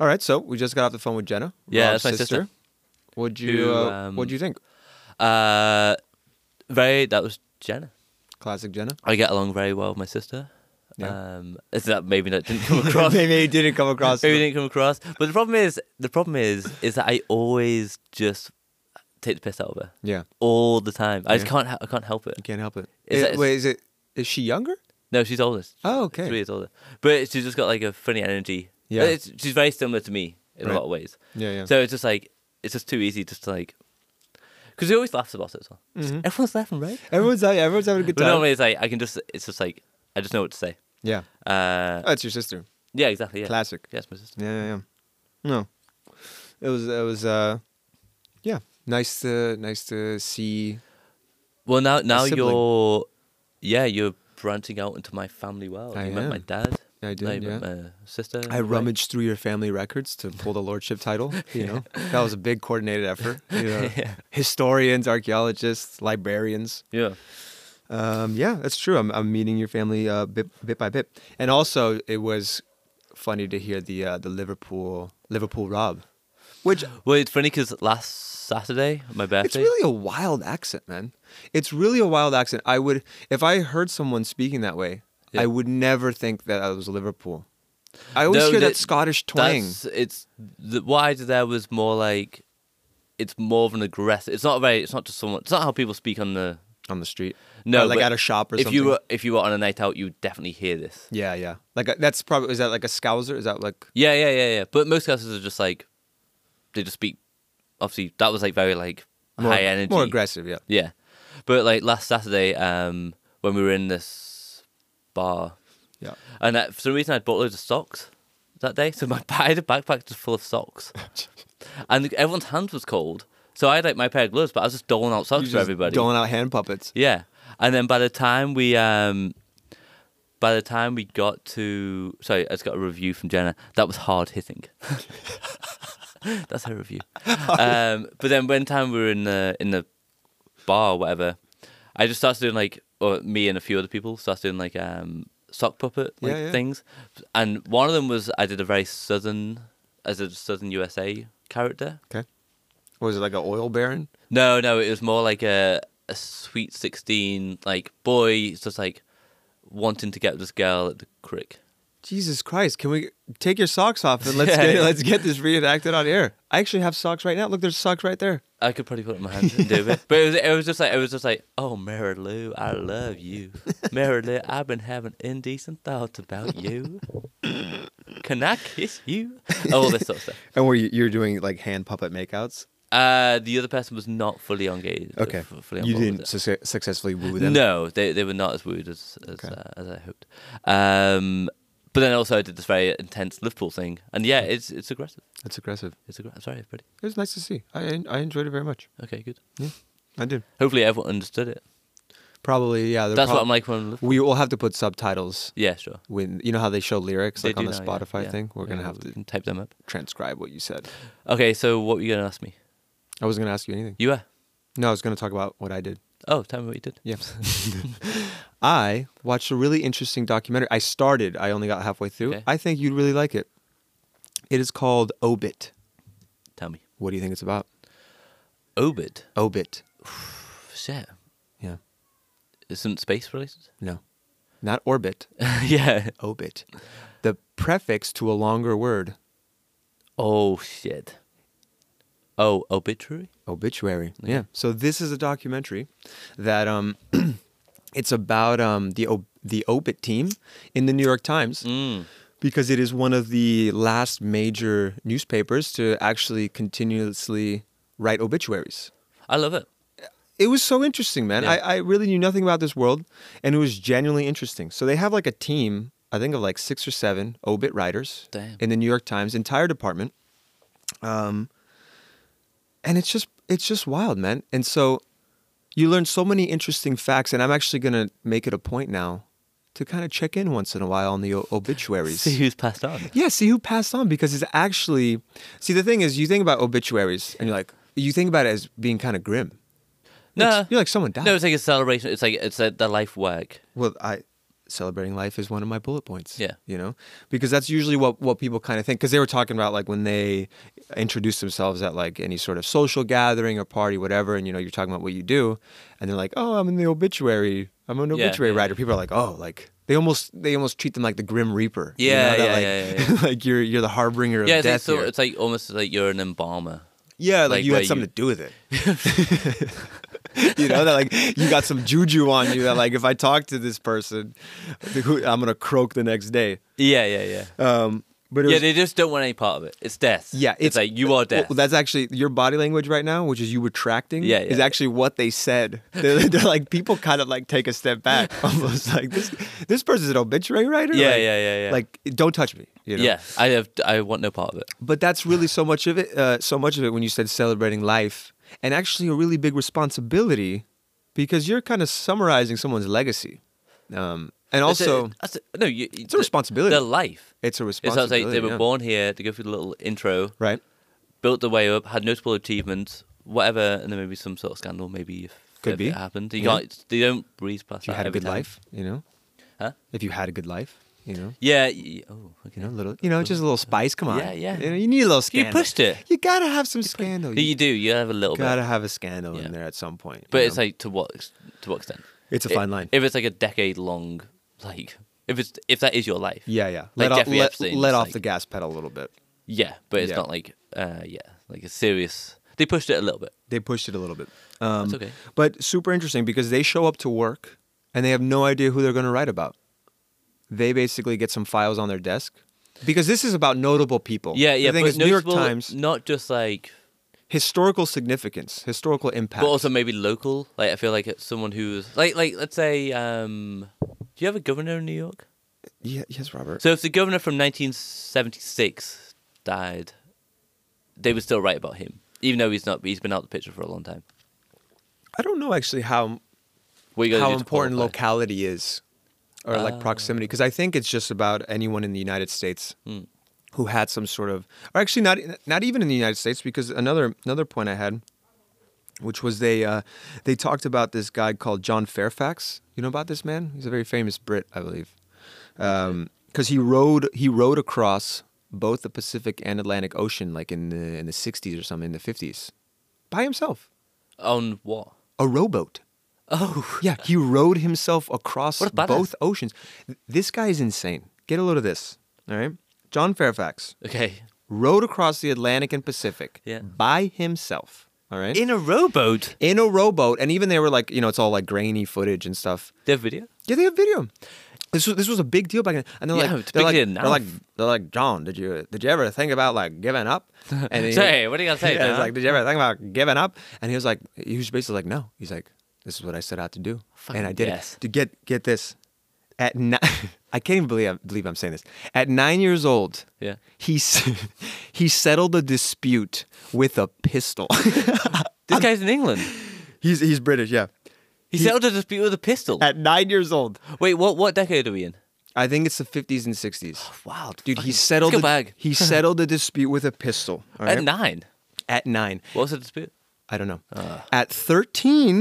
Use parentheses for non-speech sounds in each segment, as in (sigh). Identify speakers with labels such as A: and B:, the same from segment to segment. A: All right, so we just got off the phone with Jenna.
B: Yeah,
A: Rob's
B: that's my sister.
A: What'd you
B: Who,
A: uh,
B: um,
A: What'd you think?
B: Uh, very. That was Jenna.
A: Classic Jenna.
B: I get along very well with my sister.
A: Yeah.
B: Um, is that maybe
A: (laughs)
B: that didn't (laughs) come across?
A: Maybe
B: (laughs)
A: you didn't come across.
B: maybe it didn't come across. But the problem is, the problem is, is that I always just take the piss out of her
A: yeah,
B: all the time. I just
A: Yeah.
B: can't. ha- I can't help it.
A: you can't help it.
B: Is
A: Is
B: that-
A: wait, is it? Is she younger?
B: No, she's older.
A: Oh, okay.
B: Three years older. But she's just got like a funny energy.
A: Yeah.
B: It's, she's very similar to me in
A: Right.
B: a lot of ways.
A: Yeah, yeah.
B: So it's just like, it's just too easy just to like, because he always laughs about it as well. Just-
A: Mhm.
B: Everyone's laughing, right?
A: everyone's having, everyone's having a good
B: But
A: time.
B: normally it's like, I can just, it's just like, I just know what to say.
A: yeah,
B: Uh,
A: that's your sister.
B: yeah, exactly. Yeah.
A: Classic.
B: Yes, my sister.
A: Yeah, yeah, yeah. No, it was it was uh, yeah, nice to nice to see.
B: Well, now, now
A: sibling.
B: you're, yeah, you're branching out into my family world.
A: I
B: you met my
A: am.
B: dad.
A: I
B: now you
A: did. Yeah.
B: met my sister.
A: I
B: right?
A: rummaged through your family records to pull the lordship
B: (laughs)
A: title. You know, that was a big coordinated effort. You know, historians, archaeologists, librarians.
B: Yeah.
A: Um, yeah, that's true. I'm, I'm meeting your family uh, bit bit by bit, and also it was funny to hear the uh, the Liverpool Liverpool Rob,
B: (gasps)
A: which
B: Well, it's funny because last Saturday, my birthday.
A: It's really a wild accent, man. It's really a wild accent. I would, if I heard someone speaking that way,
B: Yeah.
A: I would never think that I was Liverpool. I always
B: No,
A: hear that,
B: that-
A: Scottish twang.
B: That's, it's the, what I did there was more like it's more of an aggressive. It's not very. It's not just someone. It's not how people speak on the.
A: on the street.
B: No,
A: Or like
B: but
A: at a shop or
B: if
A: something.
B: you were if you were on a night out, you would definitely hear this.
A: yeah, yeah. Like a, that's probably is that like a Scouser? Is that like
B: Yeah, yeah, yeah, yeah. But most guys are just like they just speak. Obviously, that was like very like
A: more,
B: high energy,
A: more aggressive? Yeah.
B: Yeah, but like last Saturday, um, when we were in this bar,
A: Yeah.
B: and uh, for some reason I bought loads of socks that day, so my (laughs) I had a backpack just full of
A: (laughs)
B: socks, and everyone's hands was cold, so I had like my pair of gloves, but I was just doling out socks
A: You're just
B: for everybody.
A: Doling out hand puppets.
B: Yeah, and then by the time we um, by the time we got to sorry, I just got a review from Jenna. That was hard hitting. (laughs) That's
A: (laughs)
B: her review. um, but then when time we were in the in the bar or whatever, I just started doing like or me and a few other people started doing like um sock puppet like
A: Yeah, yeah.
B: things, and one of them was I did a very southern as a southern USA character.
A: Okay. What was it like an oil baron?
B: No, no, it was more like a a sweet sixteen, like boy, just like wanting to get with this girl at the crick.
A: Jesus Christ! Can we take your socks off and let's
B: (laughs) Yeah,
A: get
B: yeah.
A: let's get this reenacted on air? I actually have socks right now. Look, there's socks right there.
B: I could probably put it in my hand and do it,
A: (laughs)
B: but it was it was just like it was just like, oh, Mary Lou, I love you, Mary Lou, I've been having indecent thoughts about you. Can I kiss you? All this sort of stuff.
A: And were you you're doing like hand puppet makeouts?
B: Uh, the other person was not fully engaged.
A: Okay.
B: f- fully on
A: you
B: board with
A: didn't
B: it.
A: succe- successfully woo them.
B: No, they they were not as wooed as as,
A: Okay.
B: uh, as I hoped. Um, but then also I did this very intense Liverpool thing, and yeah, it's it's aggressive.
A: That's aggressive.
B: It's aggressive. Sorry, everybody.
A: It was nice to see. I en- I enjoyed it very much.
B: Okay, good.
A: I did.
B: Hopefully everyone understood it.
A: Probably yeah. they're
B: That's what
A: prob-
B: I'm like when.
A: We will have to put subtitles
B: Yeah, sure.
A: when you know how they show lyrics
B: They
A: like on
B: do
A: the
B: now, yeah,
A: Spotify
B: yeah.
A: thing. We're gonna
B: Yeah,
A: have
B: we
A: to
B: can type them up.
A: transcribe what you said.
B: Okay, so what were you gonna ask me?
A: I wasn't gonna ask you anything.
B: You were.
A: No, I was gonna talk about what I did.
B: Oh, tell me what you did. (laughs)
A: Yeah. (laughs) I watched a really interesting documentary. I started. I only got halfway through.
B: Okay.
A: I think you'd really like it. It is called Obit.
B: Tell me.
A: What do you think it's about?
B: Obit.
A: Obit.
B: Shit.
A: Yeah.
B: Isn't space related? (laughs)
A: No. Not orbit.
B: yeah.
A: obit, the prefix to a longer word,
B: Oh shit. Oh, obituary.
A: obituary. Yeah. So this is a documentary that um, (clears throat) it's about um the ob- the obit team in the New York Times
B: Mm.
A: because it is one of the last major newspapers to actually continuously write obituaries.
B: I love it.
A: it was so interesting, man.
B: Yeah.
A: I, I really knew nothing about this world, and it was genuinely interesting. So they have like a team, I think of like six or seven obit writers
B: Damn.
A: in the New York Times entire department, um, and it's just it's just wild, man. And so you learn so many interesting facts, and I'm actually gonna make it a point now to kind of check in once in a while on the o- obituaries.
B: See who's passed
A: (laughs)
B: on.
A: Yeah, see who passed on because it's actually see the thing is you think about obituaries and you're like you think about it as being kind of grim. Like,
B: No.
A: you're like someone died.
B: No, it's like a celebration. It's like it's like their life work.
A: well, I celebrating life is one of my bullet points.
B: Yeah.
A: You know, because that's usually what, what people kind of think. Because they were talking about like when they introduce themselves at like any sort of social gathering or party, whatever, and you know, you're talking about what you do, and they're like, oh, I'm in the obituary. I'm an
B: Yeah,
A: obituary
B: yeah,
A: writer. People are like, oh, like. They almost they almost treat them like the Grim Reaper. you
B: Yeah,
A: know, that,
B: yeah,
A: like, (laughs)
B: yeah,
A: like you're you're the harbinger of
B: Yeah, it's like,
A: death.
B: so
A: here.
B: it's like almost like you're an embalmer.
A: Yeah, like,
B: Like,
A: you
B: where
A: had something to
B: you-
A: do with
B: (laughs)
A: it. (laughs) you know that like you got some juju on you that like if I talk to this person, who- I'm gonna croak the next day.
B: Yeah, yeah, yeah.
A: Um, but it
B: yeah,
A: was-
B: they just don't want any part of it. It's death.
A: yeah,
B: it's, like you are death.
A: Well, that's actually your body language right now, which is you retracting.
B: Yeah,
A: is
B: yeah.
A: actually what they
B: (laughs)
A: said. They're, they're like people kind of like take a step back, (laughs) almost like this this person's an obituary writer.
B: Yeah,
A: Like-
B: yeah, yeah, yeah.
A: Like don't touch me. You know?
B: yeah, I have. I want no part of it.
A: but that's really so much of it uh, so much of it when you said celebrating life and actually a really big responsibility because you're kind of summarizing someone's legacy um, and
B: It's a-
A: also
B: that's a- no, you,
A: a responsibility.
B: Their life.
A: it's a
B: It's not
A: responsibility
B: like they were
A: yeah.
B: born here to go through the little intro,
A: right
B: built their way up, had notable achievements, whatever, and then maybe some sort of scandal. Maybe if
A: Could
B: if
A: be.
B: it happened. You
A: Yeah.
B: can't. They don't breeze past.
A: if you
B: that
A: had a
B: uh, every
A: good
B: time.
A: life you know
B: huh?
A: if you had a good life you know
B: Yeah. y- Oh, okay.
A: you know, little, you know, just a little spice. Come on,
B: Yeah, yeah.
A: You, know, you need a little
B: You
A: scandal.
B: pushed it.
A: You gotta have some scandal.
B: You do. You have a little bit.
A: gotta have a scandal
B: Yeah.
A: in there at some point. you
B: But it's
A: know?
B: like to what ex- to what extent?
A: It's a
B: I-
A: fine line.
B: If it's like a decade long, like if it's if that is your life,
A: yeah, yeah.
B: like
A: let off,
B: Jeffrey
A: let,
B: Epstein,
A: let
B: it's
A: off
B: like-
A: the gas pedal a little bit.
B: yeah. But it's
A: Yeah.
B: not like uh, yeah, like a serious. They pushed it a little bit.
A: They pushed it a little bit. Um,
B: That's okay.
A: But super interesting because they show up to work and they have no idea who they're going to write about. They basically get some files on their desk because this is about notable people.
B: Yeah, yeah.
A: The thing
B: but
A: is, New York
B: notable,
A: Times
B: not just like,
A: historical significance, historical impact.
B: but also maybe local. Like I feel like it's someone who's like like let's say, um, do you have a governor in New York?
A: yeah, yes, Robert.
B: So if the governor from 1976 died, they would still write about him, even though he's not. He's been out of the picture for a long time.
A: I don't know actually how
B: What you gotta
A: how
B: do to
A: important
B: qualify.
A: locality is or like proximity because I think it's just about anyone in the United States who had some sort of or actually not not even in the United States because another another point I had which was they uh, they talked about this guy called John Fairfax. You know about this man? He's a very famous Brit, I believe, because he rode he rode across both the Pacific and Atlantic Ocean like in the in the 60s or something in the 50s by himself
B: on what?
A: a rowboat.
B: Oh,
A: Yeah, he rode himself across
B: What a badass.
A: both oceans. Th- This guy is insane. Get a load of this. All right. John Fairfax
B: okay.
A: rode across the Atlantic and Pacific
B: Yeah.
A: by himself. All right.
B: In a rowboat.
A: in a rowboat. And even they were like, you know, it's all like grainy footage and stuff.
B: Their video.
A: Yeah, they have video. This was, this was a big deal back then, and they're
B: Yeah,
A: like,
B: it's a
A: they're
B: big
A: like,
B: deal
A: they're
B: now.
A: like, they're like, John, did you did you ever think about like giving up?
B: (laughs)
A: And he-
B: So, hey, what are you gonna (laughs) say,
A: Yeah, it's
B: John?
A: like, did you ever think about giving up? And he was like, he was basically like, no. He's like, this is what I set out to do,
B: Fucking
A: and I did
B: yes.
A: it. To get get this, at ni- (laughs) I can't even believe I believe I'm saying this. At nine years old,
B: Yeah.
A: he s- (laughs) he settled a dispute with a pistol. (laughs)
B: This guy's in England.
A: he's he's British, yeah. Uh,
B: He settled a dispute with a pistol.
A: At nine years old,
B: Wait, what? What decade are we in?
A: I think it's the 50s and 60s.
B: Wow,
A: Dude, he
B: fucking-
A: settled.
B: Let's
A: The,
B: go back. (laughs)
A: He settled the dispute with a pistol. all
B: At
A: right?
B: nine.
A: At nine,
B: What was the dispute?
A: I don't know.
B: Uh.
A: At thirteen,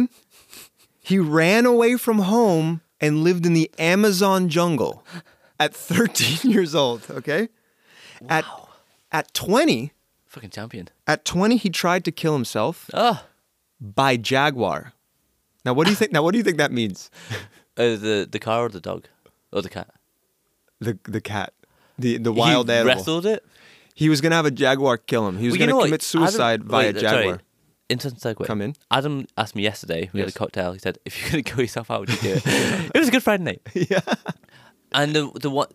A: he ran away from home and lived in the Amazon jungle. At thirteen (laughs) years old, okay. At at twenty,
B: Fucking champion.
A: at twenty, he tried to kill himself
B: Oh,
A: by jaguar. Now, what do you think? Now, what do you think that means?
B: uh, the the car or the dog or the cat?
A: The the cat, the the wild
B: he
A: animal.
B: wrestled it.
A: He was gonna have a jaguar kill him. He was
B: Well, you know
A: gonna
B: what?
A: commit
B: Adam-
A: suicide by a
B: wait, sorry.
A: jaguar.
B: Instant segue.
A: Come in.
B: Adam asked me yesterday. We
A: Yes.
B: had a cocktail. He said, "If you're gonna (laughs) kill yourself, how would you do
A: (laughs)
B: it?" it was a good Friday night. Yeah. And the the what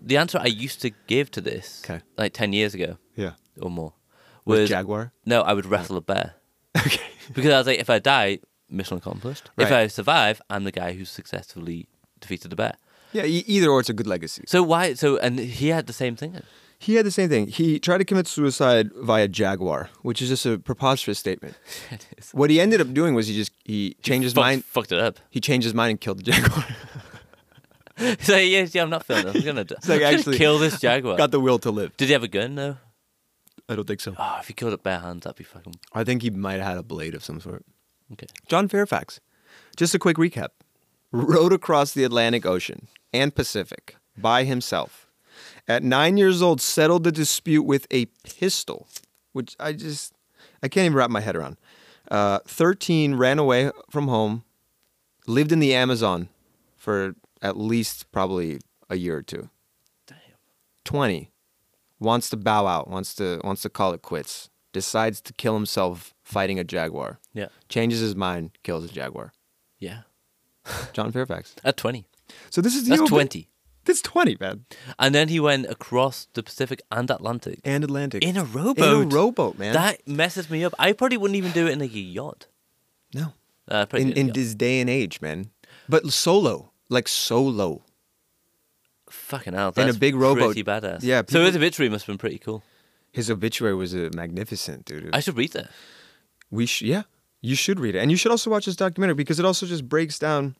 B: the answer I used to give to this,
A: 'Kay.
B: like ten years ago
A: Yeah,
B: or more,
A: with,
B: was
A: jaguar. (laughs)
B: no, I would wrestle a bear
A: Okay.
B: because I was like, if I die, mission accomplished. If
A: Right.
B: I survive, I'm the guy who successfully defeated the bear.
A: Yeah, e- either or it's a good legacy.
B: So why? So and he had the same thing.
A: He had the same thing. He tried to commit suicide via jaguar, which is just a preposterous
B: (laughs)
A: statement.
B: it is.
A: What he ended up doing was he just he changed his
B: Fucked-
A: mind.
B: fucked it up. (laughs)
A: He changed his mind and killed the jaguar.
B: So yeah, yeah, I'm not feeling it. I'm
A: (laughs)
B: gonna, do- (laughs)
A: like,
B: I'm gonna
A: actually,
B: kill
A: (laughs)
B: this jaguar.
A: Got the will to live.
B: Did he have a gun though?
A: I don't think so.
B: Oh, if he killed it bare hands, that'd be fucking
A: I think he might have had a blade of some sort.
B: okay.
A: John Fairfax. Just a quick recap. Rode across the Atlantic Ocean and Pacific by himself. At nine years old, settled the dispute with a pistol, which I just I can't even wrap my head around. Uh, Thirteen ran away from home, lived in the Amazon for at least probably a year or two.
B: Damn.
A: 20 wants to bow out wants to wants to call it quits decides to kill himself fighting a jaguar
B: Yeah.
A: changes his mind kills a jaguar
B: Yeah.
A: john fairfax
B: At 20.
A: so this is the
B: That's
A: open-
B: 20.
A: that's 20 man
B: And then he went across the Pacific and Atlantic
A: and atlantic
B: in a rowboat.
A: in a rowboat man
B: That messes me up. I probably wouldn't even do it in like a yacht.
A: no
B: Uh, I'd probably
A: in,
B: do it in,
A: in
B: a yacht.
A: this day and age man but solo like solo
B: Fucking hell.
A: in a
B: That's
A: big rowboat.
B: Pretty badass.
A: Yeah,
B: so
A: people-
B: his obituary must have been pretty cool.
A: his obituary was a magnificent dude
B: I should read that.
A: We sh- yeah, you should read it, and you should also watch this documentary because it also just breaks down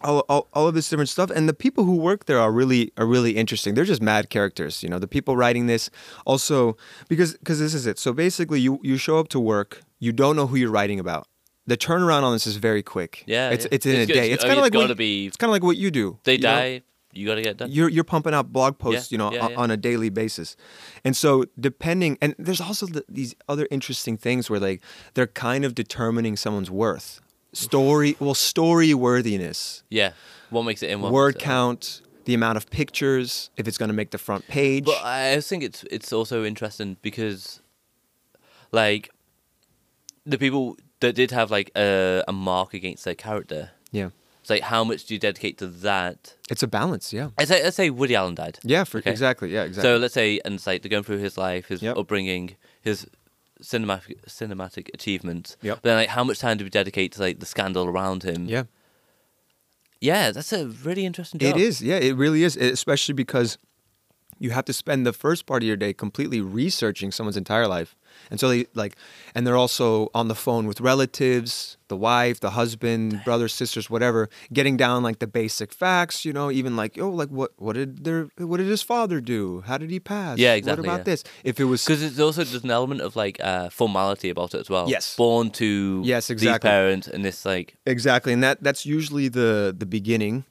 A: all, all all of this different stuff. And the people who work there are really are really interesting. They're just mad characters, you know. The people writing this also because because this is it. So basically, you you show up to work, you don't know who you're writing about. The turnaround on this is very quick.
B: Yeah,
A: it's
B: yeah.
A: it's in
B: It's
A: a
B: good.
A: day. It's
B: I mean,
A: kind of
B: it's
A: like
B: gotta
A: what,
B: be-
A: it's kind of like what you do.
B: They
A: you know?
B: die. You got to get it done.
A: you're you're pumping out blog posts,
B: Yeah,
A: you know,
B: yeah,
A: on,
B: yeah.
A: on a daily basis, and so depending, and there's also the, these other interesting things where like they're kind of determining someone's worth, story, well, story worthiness,
B: Yeah. What makes it in? What
A: word
B: makes it out?
A: count, the amount of pictures, if it's going to make the front page.
B: But I also think it's it's also interesting because, like, the people that did have like a, a mark against their character,
A: yeah,
B: it's like how much do you dedicate to that?
A: it's a balance. Yeah,
B: I say, let's say Woody Allen died.
A: yeah, for
B: Okay.
A: exactly, yeah, exactly.
B: So let's say, and it's like they're going through his life, his
A: Yep.
B: upbringing, his cinematic cinematic achievements.
A: Yep.
B: But then, like, how much time do we dedicate to like the scandal around him?
A: yeah.
B: Yeah, that's a really interesting. Job.
A: It is, yeah, it really is, e, especially because you have to spend the first part of your day completely researching someone's entire life. And so they like, and they're also on the phone with relatives, the wife, the husband, brothers, sisters, whatever, getting down like the basic facts, you know, even like, oh, like what, what did their, what did his father do? How did he pass?
B: Yeah, exactly,
A: What about
B: yeah.
A: this? If it was,
B: Because there's also there's an element of like uh, formality about it as well.
A: Yes.
B: Born to
A: Yes,
B: these
A: exactly.
B: parents and this like (laughs)
A: Exactly, and that that's usually the the beginning.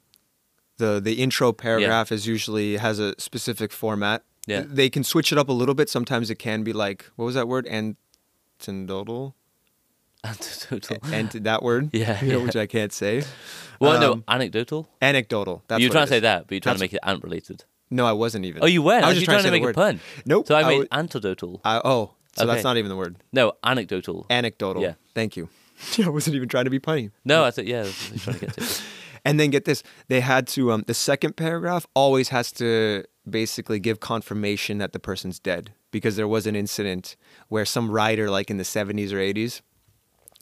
A: the The intro paragraph is usually has a specific format.
B: Yeah.
A: they can switch it up a little bit. Sometimes it can be like what was that word? Antidotal,
B: anecdotal. (laughs)
A: and that word,
B: Yeah,
A: (laughs) you know,
B: yeah.
A: which I can't say.
B: Well, no,
A: Um,
B: anecdotal.
A: anecdotal. That's
B: you
A: what
B: were trying
A: it
B: to say
A: is.
B: that, but you're trying to
A: That's-
B: make it ant related.
A: No, I wasn't even.
B: Oh, you were.
A: I was just
B: you trying, to
A: say
B: make
A: the
B: a
A: word.
B: pun.
A: Nope.
B: So I made
A: would-
B: antidotal.
A: I- oh, so
B: Okay.
A: that's not even the word.
B: no,
A: (laughs)
B: anecdotal.
A: Anecdotal.
B: Yeah.
A: Thank you. (laughs) I wasn't even trying to be funny.
B: no, I said yeah. that's what I was trying to get to.
A: And then get this, they had to um, the second paragraph always has to basically give confirmation that the person's dead because there was an incident where some writer like in the 70s or 80s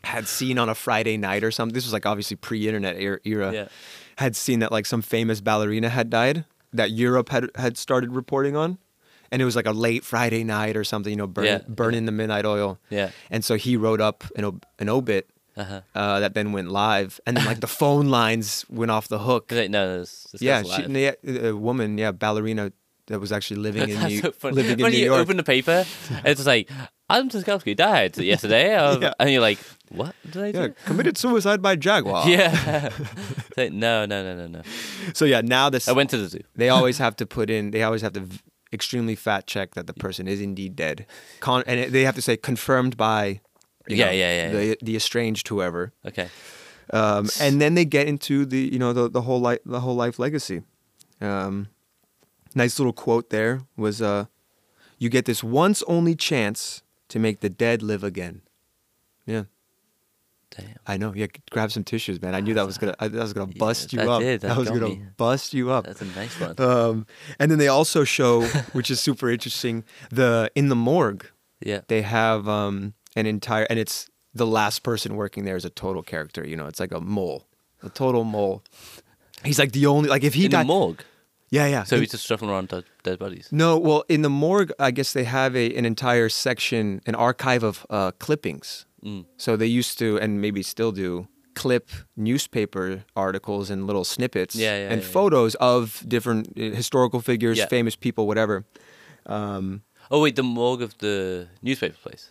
A: had seen on a Friday night or something. This was like obviously pre-internet er- era.
B: Yeah.
A: Had seen that like some famous ballerina had died that Europe had had started reporting on. And it was like a late Friday night or something, you know, burn,
B: Yeah,
A: burning the midnight oil.
B: Yeah.
A: And so he wrote up an, ob- an obit
B: Uh-huh.
A: uh, that then went live, and then like the
B: (laughs)
A: phone lines went off the hook.
B: 'Cause, Like, no, that's, that's
A: yeah,
B: that's
A: she,
B: (laughs) live.
A: yeah, a woman, yeah, ballerina that was actually living in
B: (laughs) That's
A: New
B: so funny.
A: living in
B: when
A: New
B: you
A: York.
B: open the
A: (laughs)
B: paper, it's like Adam Tuskowski died yesterday, um,
A: Yeah.
B: and you're like, what did I
A: yeah,
B: do?
A: committed suicide by jaguar. (laughs)
B: Yeah. (laughs) It's like, no, no, no, no, no.
A: So yeah, now this
B: I went to the zoo. (laughs)
A: they always have to put in. They always have to v- extremely fat check that the person is indeed dead. Con- and it- they have to say confirmed by. you
B: Yeah,
A: know,
B: yeah, yeah,
A: The, the estranged whoever,
B: Okay.
A: um, and then they get into the you know the, the whole life the whole life legacy. Um, nice little quote there was uh, you get this once only chance to make the dead live again. Yeah,
B: Damn.
A: I know. Yeah, grab some tissues, man. I knew that was gonna I, that was gonna
B: (laughs) Yeah,
A: bust you
B: that
A: up.
B: did, that
A: that was
B: got
A: gonna
B: me.
A: bust you up.
B: That's a nice one.
A: Um, and then they also show, which is super interesting, the in the morgue
B: yeah.
A: they have um, an entire, and it's the last person working there is a total character. You know, it's like a mole, a total mole. He's like the only like if he
B: in
A: died. Mm.
B: the morgue.
A: yeah, yeah.
B: So
A: In-
B: he's just shuffling around dead, dead bodies.
A: no, well, in the morgue, I guess they have a, an entire section, an archive of uh, clippings.
B: Mm.
A: So they used to, and maybe still do, clip newspaper articles and little snippets
B: Yeah, yeah,
A: and
B: yeah, yeah.
A: photos of different uh, historical figures,
B: Yeah.
A: famous people, whatever. Um,
B: Oh wait, the morgue of the newspaper place.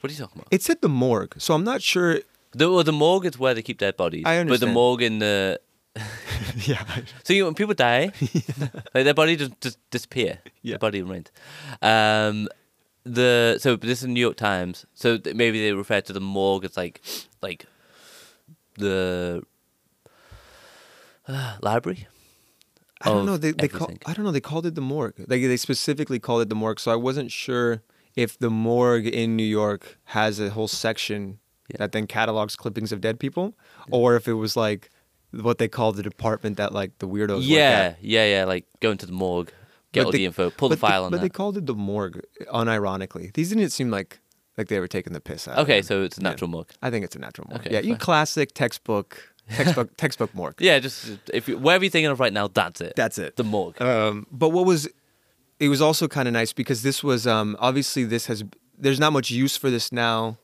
B: What are you talking about?
A: it's at the morgue, so I'm not sure.
B: The well, the morgue is where they keep dead bodies.
A: I
B: But the
A: understand.
B: morgue in the
A: yeah.
B: So you, when
A: (laughs)
B: people die, like their body just, just disappear.
A: Yeah.
B: Their body remains. Um, the so this is New York Times. So th- maybe they refer to the morgue as like like the uh, library.
A: I don't
B: of
A: know. They, they call,
B: everything.
A: I don't know. They called it the morgue. Like they specifically called it the morgue. So I wasn't sure if the morgue in New York has a whole section
B: Yeah.
A: that then catalogs clippings of dead people, or if it was like what they call the department that like the weirdos. work
B: yeah,
A: at.
B: yeah, yeah. Like go into the morgue, get
A: But
B: all
A: they-
B: the info, pull the
A: but
B: file
A: They,
B: on
A: but
B: that.
A: they called it the morgue, unironically. These didn't seem like like they were taking the piss out. of
B: okay,
A: them.
B: so it's a
A: Yeah.
B: natural morgue.
A: I think it's a natural morgue.
B: Okay,
A: yeah, you
B: fine.
A: classic
B: (laughs)
A: textbook textbook textbook morgue.
B: Yeah, just if you, wherever you're thinking of right now, that's it.
A: That's it.
B: the morgue.
A: Um, but what was it was also kind of nice because this was um, obviously this has there's not much use for this now.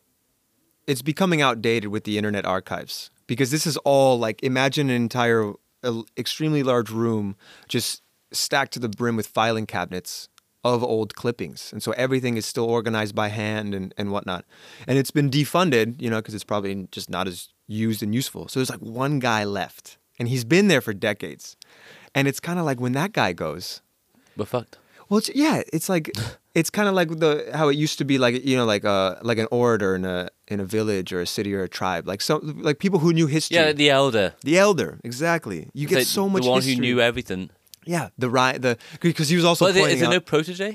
A: It's becoming outdated with the internet archives because this is all like imagine an entire uh, extremely large room just stacked to the brim with filing cabinets of old clippings and so everything is still organized by hand and, and whatnot and it's been defunded you know because it's probably just not as used and useful so there's like one guy left and he's been there for decades and it's kind of like when that guy goes
B: We're fucked.
A: well, it's, yeah, it's
B: (sighs)
A: like it's kind of like the how it used to be, like you know, like a like an orator in a in a village or a city or a tribe, like some like people who knew history.
B: Yeah, the elder.
A: the elder, exactly. You get
B: It's like
A: so much.
B: The one
A: history.
B: who knew everything.
A: Yeah, the right, the because he was also
B: But is, it-
A: pointing
B: is there
A: out.
B: no protege?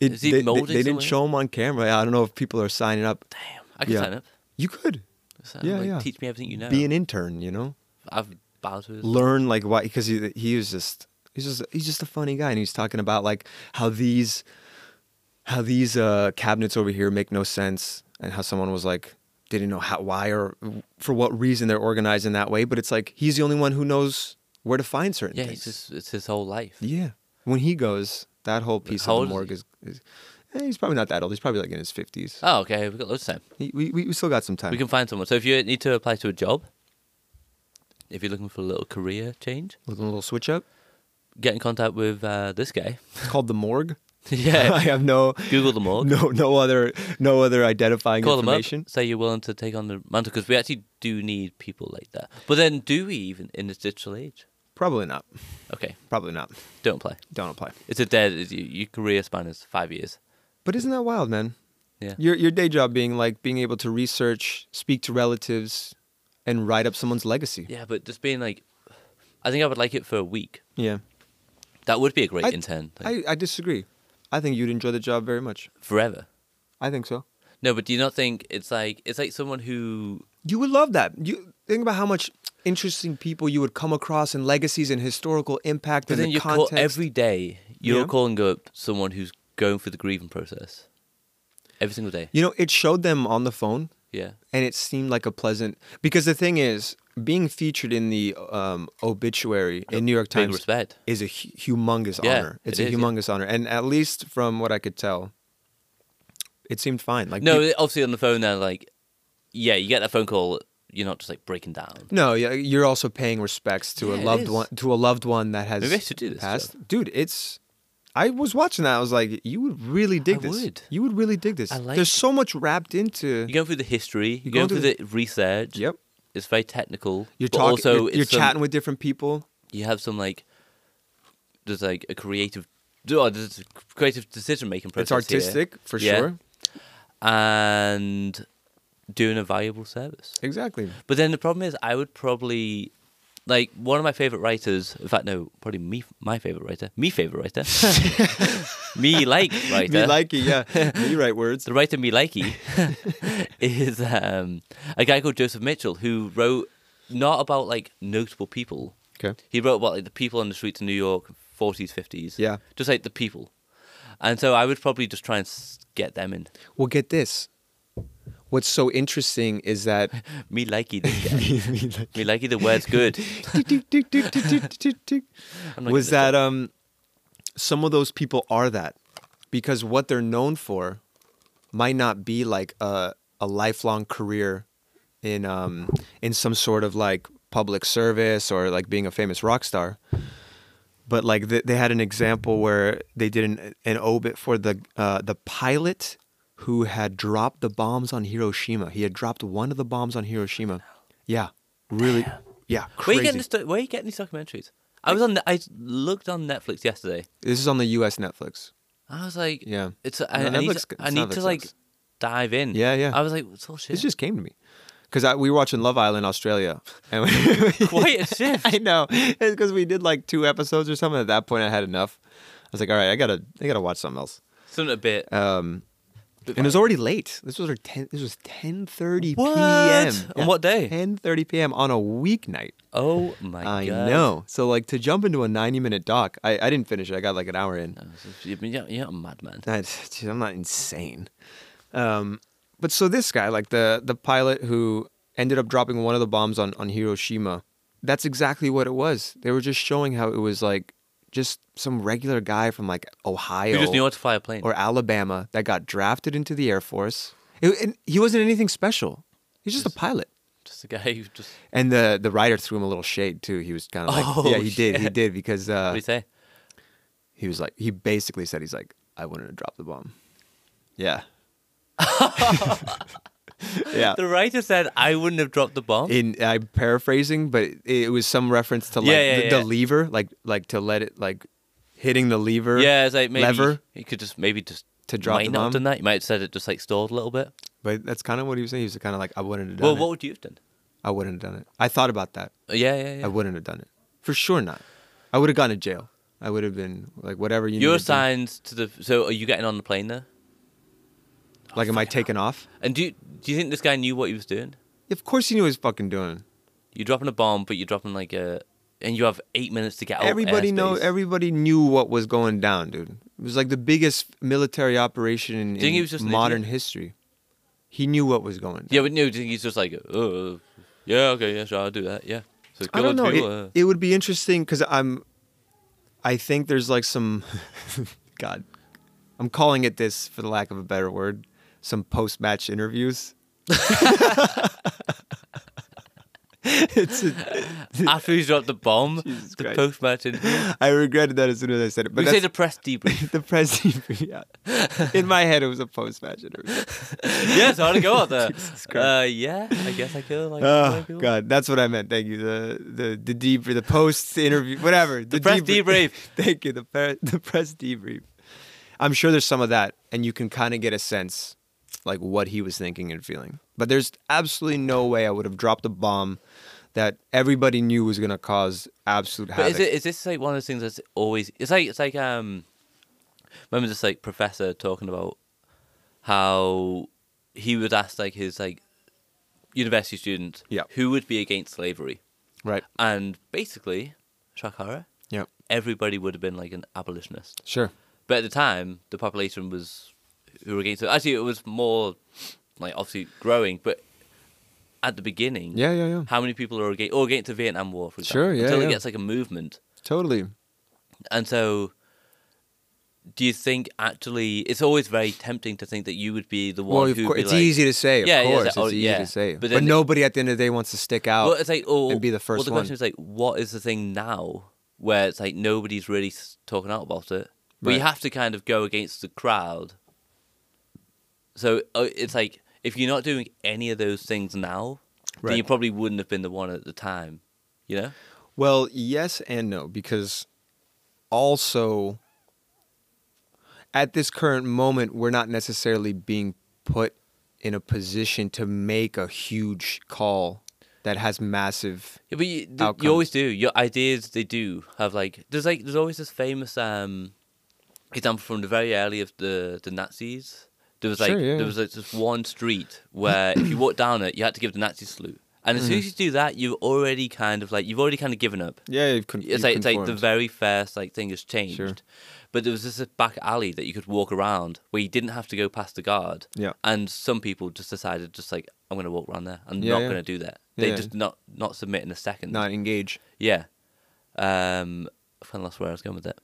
A: it-
B: Is he
A: they, they-
B: molded
A: they didn't
B: somewhere?
A: show him on camera. I don't know if people are signing up.
B: Damn, I could
A: Yeah.
B: sign up.
A: You could
B: So,
A: Yeah,
B: like,
A: yeah.
B: Teach me everything you know.
A: be an intern, you know,
B: I've bowed to his.
A: learn like why because he he was just he's just he's just a funny guy and he's talking about like how these how these uh, cabinets over here make no sense and how someone was like they didn't know how why or for what reason they're organized in that way but it's like he's the only one who knows where to find certain
B: yeah,
A: things
B: it's just it's his whole life.
A: yeah when he goes that whole piece
B: how
A: of the
B: old is
A: morgue
B: he?
A: is, is eh, he's probably not that old he's probably like in his 50s
B: Oh, okay, we've got loads of time.
A: he, we, we we still got some time
B: We can find someone. So if you need to apply to a job, if you're looking for a little career change,
A: a little switch up
B: get in contact with uh, this guy. (laughs)
A: it's called the morgue (laughs) i
B: yeah,
A: have no
B: Google the morgue.
A: no no other no other identifying
B: Call them up.
A: information
B: Say you're willing to take on the mantle because we actually do need people like that. But then, do we even in this digital age?
A: Probably not.
B: Okay,
A: Probably not.
B: don't apply.
A: Don't apply.
B: It's a dead. It's, your- your career span is five years.
A: But isn't that wild, man?
B: Yeah.
A: Your your day job being like being able to research, speak to relatives, and write up someone's legacy.
B: Yeah, but just being like, I think I would like it for a week.
A: Yeah.
B: That would be a great
A: I-
B: intern like,
A: I, I disagree. I think you'd enjoy the job very much.
B: forever.
A: I think so.
B: No, but do you not think it's like it's like someone who
A: You would love that. You think about how much interesting people you would come across and legacies and historical impact
B: But
A: and
B: then
A: the
B: you
A: context.
B: call every day. You're
A: Yeah.
B: calling up someone who's going through the grieving process every single day.
A: you know, it showed them on the phone
B: Yeah,
A: and it seemed like a pleasant because the thing is being featured in the um, obituary in New York
B: big
A: Times
B: respect.
A: is a hu- humongous
B: Yeah,
A: honor. It's
B: it
A: a
B: is, yeah.
A: humongous honor, and at least from what I could tell, it seemed fine. Like
B: No,
A: peop-
B: obviously on the phone they're like, yeah, you get that phone call. You're not just like breaking down.
A: no, yeah, you're also paying respects to
B: Yeah,
A: a
B: it
A: loved
B: is.
A: one to a loved one that has
B: Maybe I should do this
A: passed. Dude, it's. I was watching that. I was like, you would really dig this.
B: would.
A: You would really dig this.
B: I like
A: There's
B: it.
A: so much wrapped into.
B: You're going through the history. You're
A: going
B: going, through the research.
A: Yep.
B: It's very technical.
A: You're
B: but
A: talking.
B: Also,
A: you're
B: it's
A: you're
B: some-
A: chatting with different people.
B: you have some like there's like a creative oh, there's a creative decision making process
A: It's artistic
B: here.
A: for
B: Yeah.
A: sure.
B: and doing a valuable service
A: Exactly.
B: but then the problem is i would probably like one of my favorite writers in fact no probably me my favorite writer me favorite writer (laughs) me like
A: (laughs)
B: writer
A: Me like it. (laughs) Yeah. you write words.
B: the writer me likey
A: (laughs)
B: is um, a guy called joseph mitchell who wrote not about like notable people
A: Okay.
B: he wrote about like the people on the streets of New York, forties, fifties.
A: Yeah.
B: just like the people. And so I would probably just try and s- get them in.
A: Well, get this. What's so interesting is (laughs) that
B: Me likey this
A: (laughs)
B: guy. Me likey the word's good.
A: (laughs)
B: I'm not
A: was
B: gonna
A: that um, some of those people are that because what they're known for might not be like a a lifelong career in um in some sort of like public service or like being a famous rock star. But like th- they had an example where they did an an obit for the uh, the pilot who had dropped the bombs on Hiroshima. He had dropped one of the bombs on Hiroshima. Yeah, really, Yeah,
B: Where are, you
A: crazy.
B: getting this, doc- where are you getting these documentaries? I was on. the- I looked on Netflix yesterday.
A: this is on the U.S. Netflix.
B: I was like,
A: Yeah.
B: it's. I,
A: No,
B: I need.
A: Netflix-
B: To, I
A: it's
B: need
A: Netflix,
B: to like
A: it's-
B: dive in.
A: Yeah, yeah.
B: I was like, it's all shit.
A: This just came to me because we were watching Love Island Australia, (laughs) and we,
B: quite a shift.
A: (laughs) I know it's because we did like two episodes or something. At that point, I had enough. I was like, all right, I gotta, I gotta watch something else.
B: Something a bit.
A: Um, and it was already late. This was our ten. This was ten thirty p.m.
B: What? On what day?
A: Ten thirty p.m. on a weeknight.
B: oh my
A: I
B: god.
A: know. So like to jump into a ninety-minute doc, I, I didn't finish it. I got like an hour in.
B: No, this is- you- You're, you're a madman.
A: That's, geez, I'm not insane. Um, but so this guy, like the the pilot who ended up dropping one of the bombs on on Hiroshima, that's exactly what it was. They were just showing how it was like just some regular guy from like Ohio
B: You just knew how to fly a plane.
A: or Alabama that got drafted into the Air Force. It, and he wasn't anything special. He's just a pilot.
B: just a guy who just.
A: And the the writer threw him a little shade too. He was kind of like,
B: (laughs) Oh,
A: yeah, he did, he
B: shit.
A: did, because
B: What
A: uh,
B: do you say?
A: he was like he basically said he's like i wanted to drop the bomb (laughs) yeah yeah
B: The writer said, "I wouldn't have dropped the bomb."
A: in i'm paraphrasing but it, it was some reference to like
B: Yeah, yeah,
A: the, the
B: yeah.
A: lever like like to let it like hitting the lever
B: yeah, it's like maybe
A: lever
B: You could just maybe just
A: To drop
B: might
A: the
B: not
A: bomb?
B: have done that. You might have said it just like stalled a little bit.
A: but that's kind of what he was saying he was kind of like i wouldn't have done
B: well,
A: it
B: what would you have done?
A: i wouldn't have done it i thought about that
B: Uh, Yeah, yeah, yeah.
A: i wouldn't have done it for sure not i would have gone to jail i would have been like whatever you
B: You're
A: need to do.
B: assigned to the. So are you getting on the plane there?
A: like am i taken off
B: And do you, do you think this guy knew what he was doing?
A: of course he knew what he was fucking doing
B: You're dropping a bomb, but you're dropping like a, and you have eight minutes to get out.
A: everybody know
B: airspace.
A: everybody knew what was going down dude it was like the biggest military operation in,
B: you think he
A: in
B: was just an
A: modern
B: idiot?
A: history he knew what was going down.
B: Yeah, but no, do you think he's just like, oh, yeah, okay, yeah, sure, I'll do that. Yeah. So
A: i
B: go uh,
A: don't
B: on,
A: know
B: people,
A: it, it would be interesting because i'm i think there's like some (laughs) god i'm calling it this for the lack of a better word some post-match
B: (laughs)
A: interviews (laughs) it's a,
B: uh, after he's dropped the bomb,
A: (laughs) Jesus
B: the
A: Christ. (laughs)
B: post match interview.
A: i regretted that as soon as i said it but
B: We say
A: that's-
B: the press
A: (laughs)
B: debrief. (laughs)
A: the press debrief, (laughs) yeah. in my head it was a post-match (laughs) interview
B: yeah, so I'd go out
A: (laughs)
B: there.
A: Jesus Christ.
B: Uh, yeah, I guess I could. Like,
A: Oh
B: like people.
A: God, that's what I meant. Thank you. The the the debrief, the post interview, whatever. The,
B: press debrief.
A: (laughs) Thank you. The pre- the press debrief. I'm sure there's some of that, and you can kind of get a sense like what he was thinking and feeling. But there's absolutely no way I would have dropped a bomb that everybody knew was gonna cause absolute
B: But
A: havoc.
B: is it is this like one of those things that's always? It's like it's like um, remember this like professor talking about how he would ask like his like university students,
A: Yeah.
B: who would be against slavery,
A: right.
B: and basically, Shakara,
A: Yeah.
B: everybody would have been like an abolitionist.
A: Sure.
B: But at the time, the population was who were against it. Actually, it was more like obviously growing, but at the beginning,
A: Yeah. Yeah. Yeah.
B: how many people are against or against the Vietnam War, for example,
A: Sure, yeah,
B: until
A: yeah.
B: it gets like a movement.
A: Totally.
B: And so, do you think actually it's always very tempting to think that you would be the one
A: Well,
B: who
A: of
B: would
A: course,
B: be
A: it's
B: like,
A: easy to say. Of
B: Yeah, yeah, it's
A: course,
B: like,
A: it's,
B: oh,
A: easy
B: yeah.
A: to say.
B: But
A: But,
B: then-
A: nobody at the end of the day wants to stick out.
B: Well, it's like oh,
A: and be the
B: Well,
A: first
B: the
A: one.
B: question is like, what is the thing now where it's like nobody's really s- talking out about it, but you
A: Right.
B: have to kind of go against the crowd. So uh, it's like if you're not doing any of those things now,
A: Right.
B: then you probably wouldn't have been the one at the time, you know.
A: Well, yes and no, because also at this current moment, we're not necessarily being put in a position to make a huge call that has massive.
B: Yeah, but you, th-
A: outcomes.
B: you always do. Your ideas, they do have like there's like there's always this famous um example from the very early of the the Nazis. There was like
A: Sure, yeah.
B: there was like this one street where if you walked down it, you had to give the Nazi salute. And as
A: Mm.
B: soon as you do that, you've already kind of like you've already kind of given up.
A: Yeah, you've con-
B: It's like it's like the very first like thing has changed. But there was this uh, back alley that you could walk around where you didn't have to go past the guard.
A: Yeah.
B: And some people just decided just like I'm gonna walk around there. I'm
A: Yeah,
B: not
A: yeah.
B: gonna do that. They
A: Yeah.
B: just not not submit in a second.
A: not engage.
B: Yeah. Um, I kind of lost where I was going with it.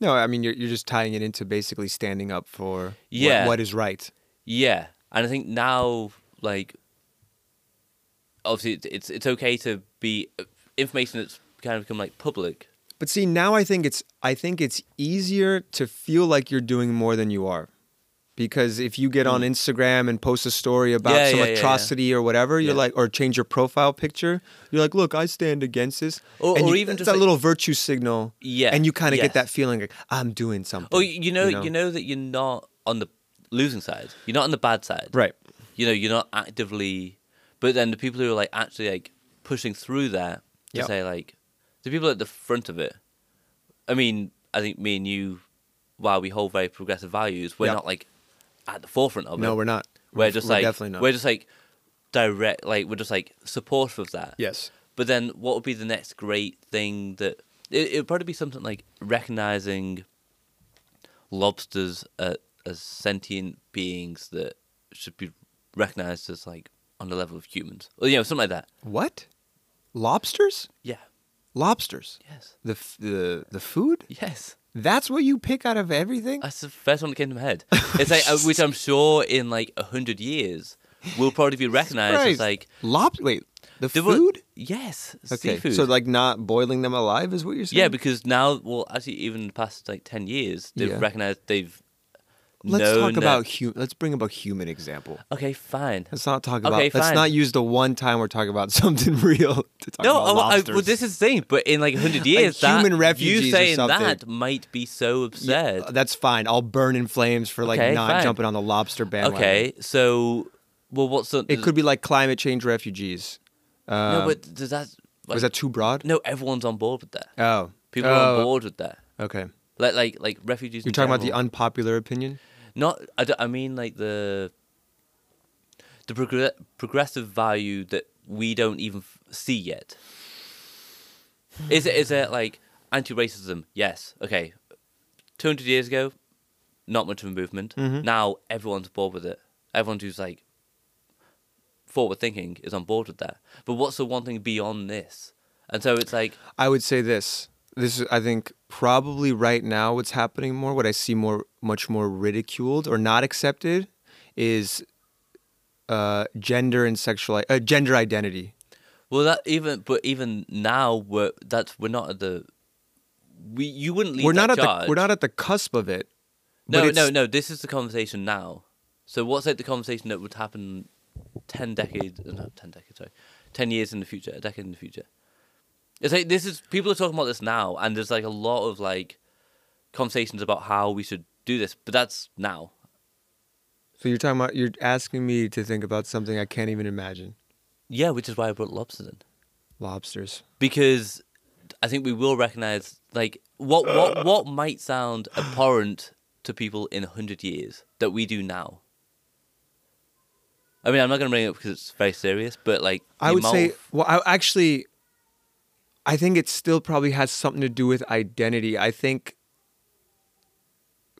A: No, I mean you're you're just tying it into basically standing up for what-
B: Yeah.
A: what is right.
B: Yeah, and I think now, like, obviously, it- it's it's okay to be information that's kind of become like public.
A: But see, now I think it's I think it's easier to feel like you're doing more than you are. because if you get on Instagram and post a story about
B: Hmm. Yeah,
A: some
B: yeah, yeah, yeah.
A: atrocity or whatever, you're
B: Yeah.
A: like, or change your profile picture, you're like, look, I stand against this,
B: Or-
A: And
B: or
A: you-
B: even
A: it's
B: just
A: that
B: like-
A: little virtue signal,
B: Yeah,
A: and you kind of get
B: yes.
A: that feeling like I'm doing something.
B: Oh, you know, you know, that you're not on the losing side. You're not on the bad side.
A: right?
B: You know, you're not actively. But then the people who are like actually like pushing through that to
A: Yep.
B: say like the people at the front of it. I mean, I think me and you, while we hold very progressive values, we're
A: Yep.
B: not like at the forefront of it.
A: No, we're not.
B: We're just like
A: definitely not.
B: we're just like direct. Like we're just like supportive of that.
A: yes,
B: But then, what would be the next great thing that it would probably be something like recognizing lobsters uh, as sentient beings that should be recognized as like on the level of humans, or you know, something like that.
A: what? Lobsters?
B: Yeah.
A: Lobsters?
B: Yes.
A: The f- the the food?
B: Yes.
A: That's what you pick out of everything?
B: That's the first one that came to
A: (laughs)
B: my head. It's like uh, which I'm sure in like a hundred years will probably be recognized
A: Christ.
B: as like
A: Lob- wait, the
B: there were-
A: food?
B: Yes.
A: Okay,
B: Seafood.
A: so like not boiling them alive is what you're saying?
B: Yeah, because now, well, actually, even the past like ten years, they've
A: Yeah.
B: recognized they've.
A: let's
B: known
A: talk about
B: That,
A: hu- let's bring up a human example.
B: okay, fine.
A: Let's not talk about
B: Okay,
A: let's
B: fine.
A: not use the one time we're talking about (laughs) something real to talk
B: No,
A: about
B: oh, I,
A: lobsters.
B: well, this is the thing. But in
A: (laughs)
B: like hundred years, that,
A: human refugees or
B: you saying
A: something.
B: that might be so absurd.
A: uh, That's fine. I'll burn in flames for like
B: Okay,
A: not
B: fine.
A: jumping on the lobster bandwagon.
B: okay, so well, what's the?
A: It could be like climate change refugees. Um,
B: no, but does that? Like,
A: was that too broad?
B: no? Everyone's on board with that.
A: Oh.
B: People are on
A: Oh,
B: board with that.
A: Okay.
B: Like, like, like refugees.
A: You're
B: in
A: talking about the
B: general.
A: unpopular opinion?
B: not. I, don't- I mean, like the the progre- progressive value that we don't even f- see yet.
A: Hmm.
B: Is it is it like anti-racism? Yes. Okay. Two hundred years ago, not much of a movement.
A: Mm-hmm.
B: Now everyone's bored with it. Everyone who's like forward thinking is on board with that. But what's the one thing beyond this? And so it's like
A: I would say this. This is, I think, probably right now what's happening more, what I see more, much more ridiculed or not accepted, is uh, gender and sexual, i- uh, gender identity.
B: Well, that even but even now we're that's we're not at the we you wouldn't lead
A: we're not
B: that
A: at
B: charge.
A: the we're not at the cusp of it.
B: no
A: but
B: no
A: it's-
B: no. This is the conversation now. So what's like the conversation that would happen ten decades no ten decades sorry ten years in the future a decade in the future. It's like this is people are talking about this now, and there's like a lot of like conversations about how we should do this, but that's now.
A: So you're talking about you're asking me to think about something I can't even imagine.
B: Yeah, which is why I brought lobsters in.
A: Lobsters.
B: because I think we will recognize like what what what might sound abhorrent to people in hundred years that we do now. I mean, I'm not going to bring it up because it's very serious, but like
A: I
B: the
A: would
B: amount
A: say.
B: of-
A: Well, I actually, I think it still probably has something to do with identity. I think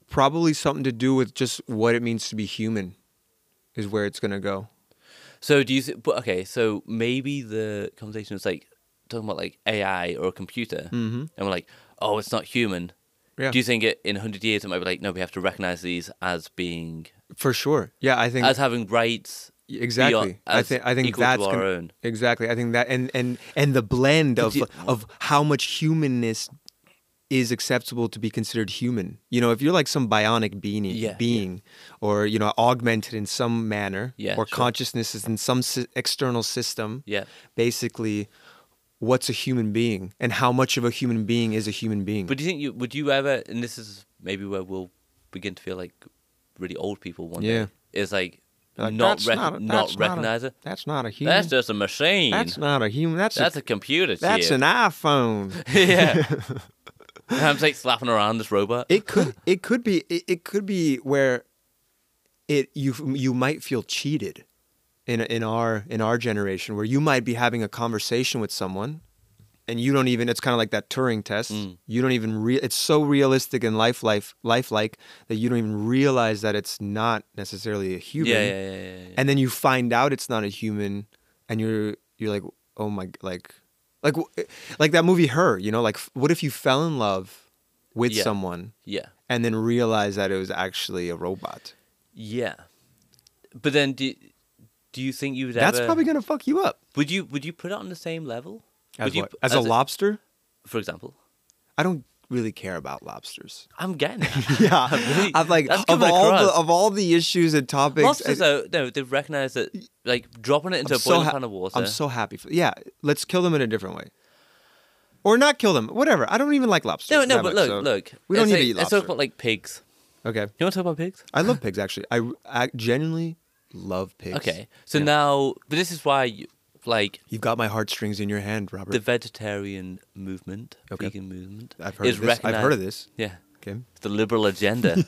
A: probably something to do with just what it means to be human, is where it's gonna go.
B: so. Do you? thi- But okay, so maybe the conversation is like talking about like AI or a computer,
A: Mhm.
B: and we're like, oh, it's not human.
A: Yeah.
B: Do you think it in hundred years it might be like no, we have to recognize these as being
A: For sure. Yeah, I think
B: as having rights
A: exactly.
B: beyond-
A: I
B: as
A: think I think
B: equal to
A: that's
B: our
A: gonna-
B: own.
A: exactly. I think that and and and the blend of
B: you-
A: of how much humanness is acceptable to be considered human. You know, if you're like some bionic being,
B: Yeah, yeah.
A: being, or you know, augmented in some manner,
B: Yeah,
A: or
B: sure.
A: consciousness is in some sy- external system.
B: yeah.
A: Basically, what's a human being, and how much of a human being is a human being?
B: But do you think you would you ever? And this is maybe where we'll begin to feel like really old people one
A: Yeah.
B: day. Is like,
A: Like,
B: not
A: that's
B: rec-
A: not a-
B: not,
A: that's not a-
B: recognize it.
A: that's not a human.
B: That's just a machine.
A: That's not a human. That's
B: That's
A: a,
B: a computer.
A: that's an
B: chip.
A: iPhone.
B: (laughs)
A: (laughs)
B: yeah. And I'm just like slapping around this robot.
A: It could it could be it, it could be where it you you might feel cheated in in our in our generation where you might be having a conversation with someone and you don't even it's kind of like that Turing test.
B: Mm.
A: You don't even re, it's so realistic and life life lifelike that you don't even realize that it's not necessarily a human.
B: yeah, yeah, yeah, yeah, yeah.
A: And then you find out it's not a human and you're you're like oh my like like w- like that movie her, you know, like f- what if you fell in love with
B: Yeah.
A: someone
B: yeah,
A: and then realize that it was actually a robot.
B: yeah. But then, do do you think you would
A: That's
B: ever?
A: probably gonna fuck you up.
B: Would you would you put it on the same level?
A: As,
B: would you
A: what?
B: p-
A: As a lobster?
B: for example?
A: I don't really care about
B: (laughs)
A: lobsters. (laughs)
B: I'm getting it.
A: Yeah,
B: (laughs) really-
A: I've like
B: that's
A: of
B: coming
A: all
B: across.
A: the of all the issues and topics.
B: Lobsters,
A: I-
B: though, no, they've recognised that, like, dropping it into
A: I'm
B: a boiling
A: ha-
B: pan of water.
A: I'm so happy. For, yeah, let's kill them in a different way, or not kill them. Whatever. I don't even like lobsters.
B: no, no,
A: that
B: but
A: much,
B: look,
A: so
B: look.
A: We don't
B: Let's
A: need
B: say-
A: to eat
B: Let's
A: lobster.
B: talk about, like, pigs.
A: okay,
B: You want to talk about pigs?
A: I love pigs actually. I, I genuinely love pigs.
B: Okay. So
A: Yeah.
B: now, but this is why, you, like,
A: you've got my heartstrings in your hand, Robert.
B: the vegetarian movement,
A: Okay.
B: vegan movement,
A: I've heard
B: is
A: of this. I've heard of
B: recognised-
A: this.
B: Yeah.
A: Okay. (laughs)
B: It's the liberal agenda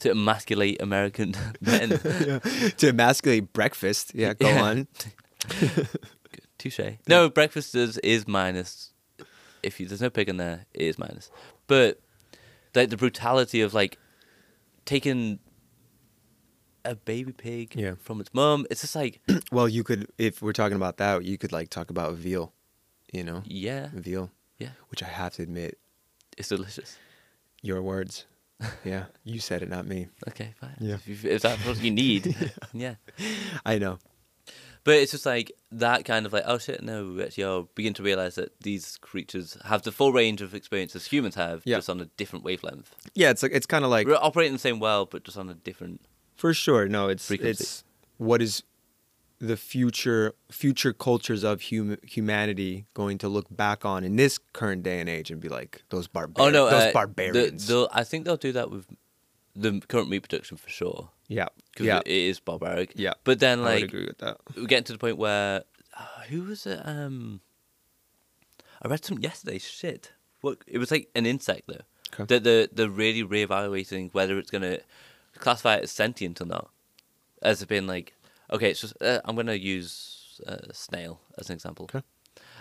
B: to emasculate American (laughs)
A: (laughs)
B: men.
A: to emasculate breakfast. Yeah, go
B: Yeah.
A: on.
B: Touche. No, breakfast is, is minus. If you, there's no pig in there, it is minus. But like the brutality of like taking a baby pig
A: Yeah.
B: from its mum, it's
A: (coughs)
B: just like
A: Well, you could, if we're talking about that, you could like talk about veal, you know,
B: yeah,
A: veal,
B: yeah,
A: which I have to admit,
B: it's delicious.
A: your words. (laughs) Yeah, you said it, not me.
B: Okay, fine.
A: Yeah.
B: If, you- if that's
A: (laughs)
B: what you need, yeah.
A: I know.
B: But it's just like that kind of like, oh shit, no, we actually are begin to realize that these creatures have the full range of experiences humans have,
A: Yeah.
B: just on a different wavelength.
A: Yeah, it's like it's kind of like
B: We're operating in the same world, but just on a different.
A: for sure. No, it's
B: Frequency.
A: it's what is the future future cultures of hum- humanity going to look back on in this current day and age and be like those barbarians,
B: oh no,
A: those
B: uh,
A: barbarians.
B: The, they'll- I think they'll do that with the current meat production for sure,
A: yeah,
B: because
A: yeah,
B: it is barbaric.
A: Yeah.
B: but then
A: I would
B: like
A: agree with that.
B: we're getting to the point where uh, who was it? Um, I read something yesterday. Shit, what? It was like an insect though.
A: Okay.
B: That they're they're really reevaluating whether it's gonna classify it as sentient or not, as it being like, okay, it's just uh, I'm gonna use uh, snail as an example.
A: Okay.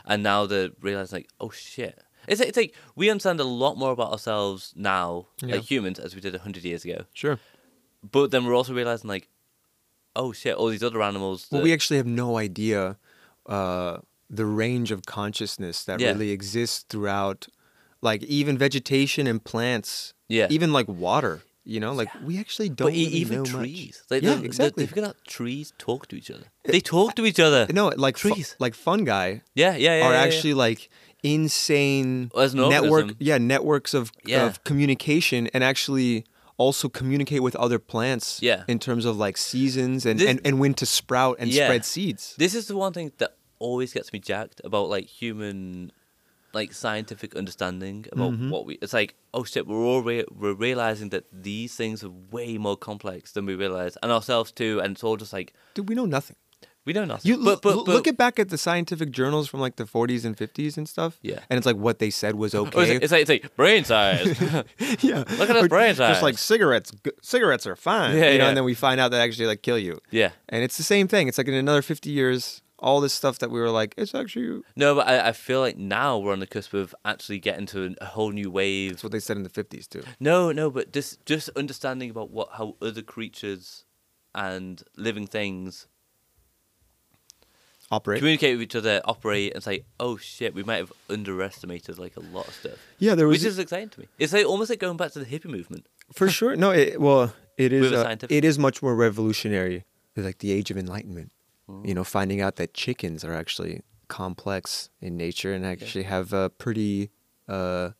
B: And now they're realizing like, oh shit. It's like, it's like we understand a lot more about ourselves now,
A: Yeah.
B: like humans, as we did hundred years ago.
A: Sure.
B: But then we're also realizing like, oh shit, all these other animals.
A: Well,
B: that-
A: we actually have no idea uh, the range of consciousness that
B: Yeah.
A: really exists throughout, like even vegetation and plants.
B: Yeah.
A: Even like water. You know, like we actually don't
B: but e-
A: really
B: even
A: know much.
B: trees. Like,
A: yeah,
B: they,
A: exactly.
B: They figured out trees talk to each other. They talk to each other.
A: (laughs) no, like fu-
B: trees.
A: like fungi
B: yeah, yeah, yeah.
A: are
B: yeah, yeah.
A: actually like insane
B: As an
A: network.
B: organism.
A: Yeah, networks of
B: Yeah.
A: of communication and actually also communicate with other plants
B: Yeah.
A: in terms of like seasons and,
B: This-
A: and, and when to sprout and
B: Yeah.
A: spread seeds.
B: This is the one thing that always gets me jacked about like human, like scientific understanding about
A: Mm-hmm.
B: what we. It's like, oh shit, we're all re- we're realizing that these things are way more complex than we realize, and ourselves too. And it's all just like
A: Dude, we know nothing.
B: we know nothing.
A: You
B: but, but,
A: l-
B: but-
A: look at back at the scientific journals from like the 40s and 50s and stuff.
B: Yeah.
A: and it's like what they said was okay.
B: Oh, it's, like, it's like it's like brain size. (laughs)
A: (laughs) yeah,
B: look at his
A: Or
B: brain size.
A: Just like cigarettes, g- cigarettes are fine.
B: Yeah,
A: you know,
B: yeah.
A: and then we find out that actually like kill you.
B: yeah.
A: And it's the same thing. It's like in another 50 years, all this stuff that we were like, it's actually
B: No, but I, I feel like now we're on the cusp of actually getting to a whole new wave
A: that's what they said in the 50s too.
B: No, no, but just just understanding about what how other creatures and living things
A: Operate.
B: communicate with each other, operate, and say, "Oh shit, we might have underestimated like a lot of stuff,"
A: yeah, there was
B: which is exciting to me. It's like almost like going back to the hippie movement.
A: for sure. No, it, well, it
B: We
A: is.
B: have a
A: uh,
B: scientific-
A: it is much more revolutionary. It's like the age of enlightenment.
B: Mm.
A: You know, finding out that chickens are actually complex in nature and actually have a pretty, uh,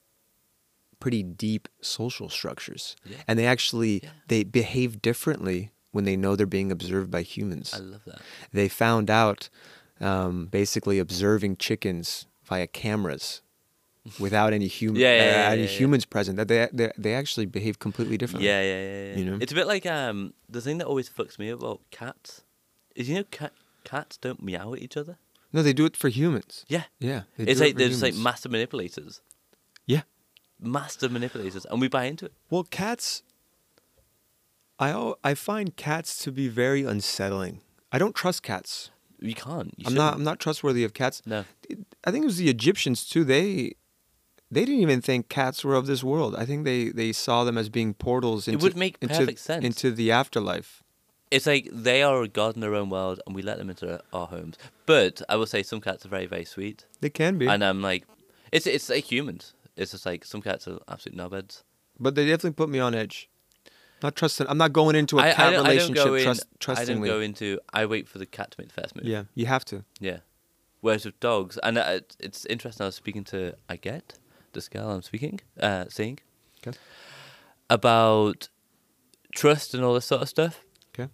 A: pretty deep social structures,
B: Yeah.
A: and they actually they behave differently when they know they're being observed by humans.
B: I love that.
A: they found out um, basically observing chickens via cameras without any human
B: Yeah, yeah,
A: uh,
B: yeah,
A: any
B: yeah, yeah.
A: humans present that they, they they actually behave completely differently.
B: Yeah, yeah, yeah, yeah.
A: You know?
B: it's a bit like um the thing that always fucks me up about cats is you know cat cats don't meow at each other.
A: No, they do it for humans.
B: Yeah,
A: Yeah. they
B: it's
A: do it
B: like
A: for
B: they're just like
A: humans.
B: master manipulators,
A: Yeah.
B: master manipulators, and we buy into it.
A: Well, cats I al- I find cats to be very unsettling. I don't trust cats.
B: You can't. You
A: I'm not I'm
B: shouldn't.
A: not trustworthy of cats.
B: No.
A: I think it was the Egyptians too. They they didn't even think cats were of this world. I think they, they saw them as being portals into
B: would make
A: into-
B: perfect sense.
A: into the afterlife.
B: It's like they are a god in their own world, and we let them into our homes. But I will say some cats are very, very sweet,
A: They can be,
B: and I'm like, it's it's like humans. It's just like some cats are absolute knobheads.
A: but they definitely put me on edge. Not trusting. I'm not going into a cat
B: don't-
A: relationship
B: go in-
A: trust,
B: I don't go
A: trustingly.
B: into. I wait for the cat to make the first move.
A: Yeah, you have to.
B: yeah. Whereas with dogs, and uh, it's interesting. I was speaking to Aget, this girl I'm speaking, uh, seeing,
A: Okay.
B: about trust and all this sort of stuff.
A: Okay.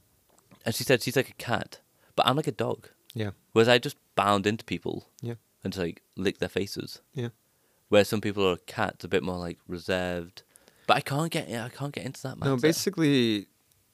B: And she said she's like a cat, but I'm like a dog.
A: Yeah.
B: Whereas I just bound into people
A: Yeah.
B: and just, like lick their faces.
A: Yeah.
B: Whereas some people are cats, a bit more like reserved. But I can't get I can't get into that. Matter.
A: No, basically,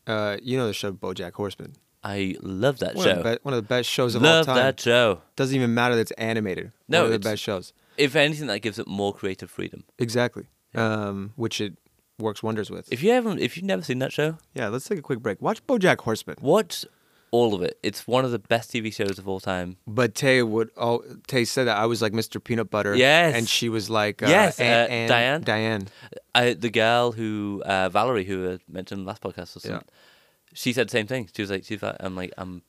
A: uh, you know the show BoJack Horseman.
B: I love that
A: One, Of
B: show.
A: the be- one of the best shows of
B: love
A: all time.
B: that show.
A: Doesn't even matter that it's animated.
B: No,
A: one of the
B: it's-
A: best shows.
B: If anything, that gives it more creative freedom.
A: Exactly. Um, which it works wonders with.
B: If you haven't, if you've never seen that show,
A: yeah, let's take a quick break. Watch BoJack Horseman.
B: watch all of it. It's one of the best TV shows of all time.
A: But Tay would. Oh, Tay said that I was like Mr. Peanut Butter.
B: Yes.
A: And she was like. Uh,
B: Yes,
A: Aunt-
B: uh,
A: Aunt
B: Diane?
A: Diane.
B: I, the girl who uh, Valerie, who I mentioned last podcast or something,
A: Yeah.
B: she said the same thing. She was like, she's like, I'm like, I'm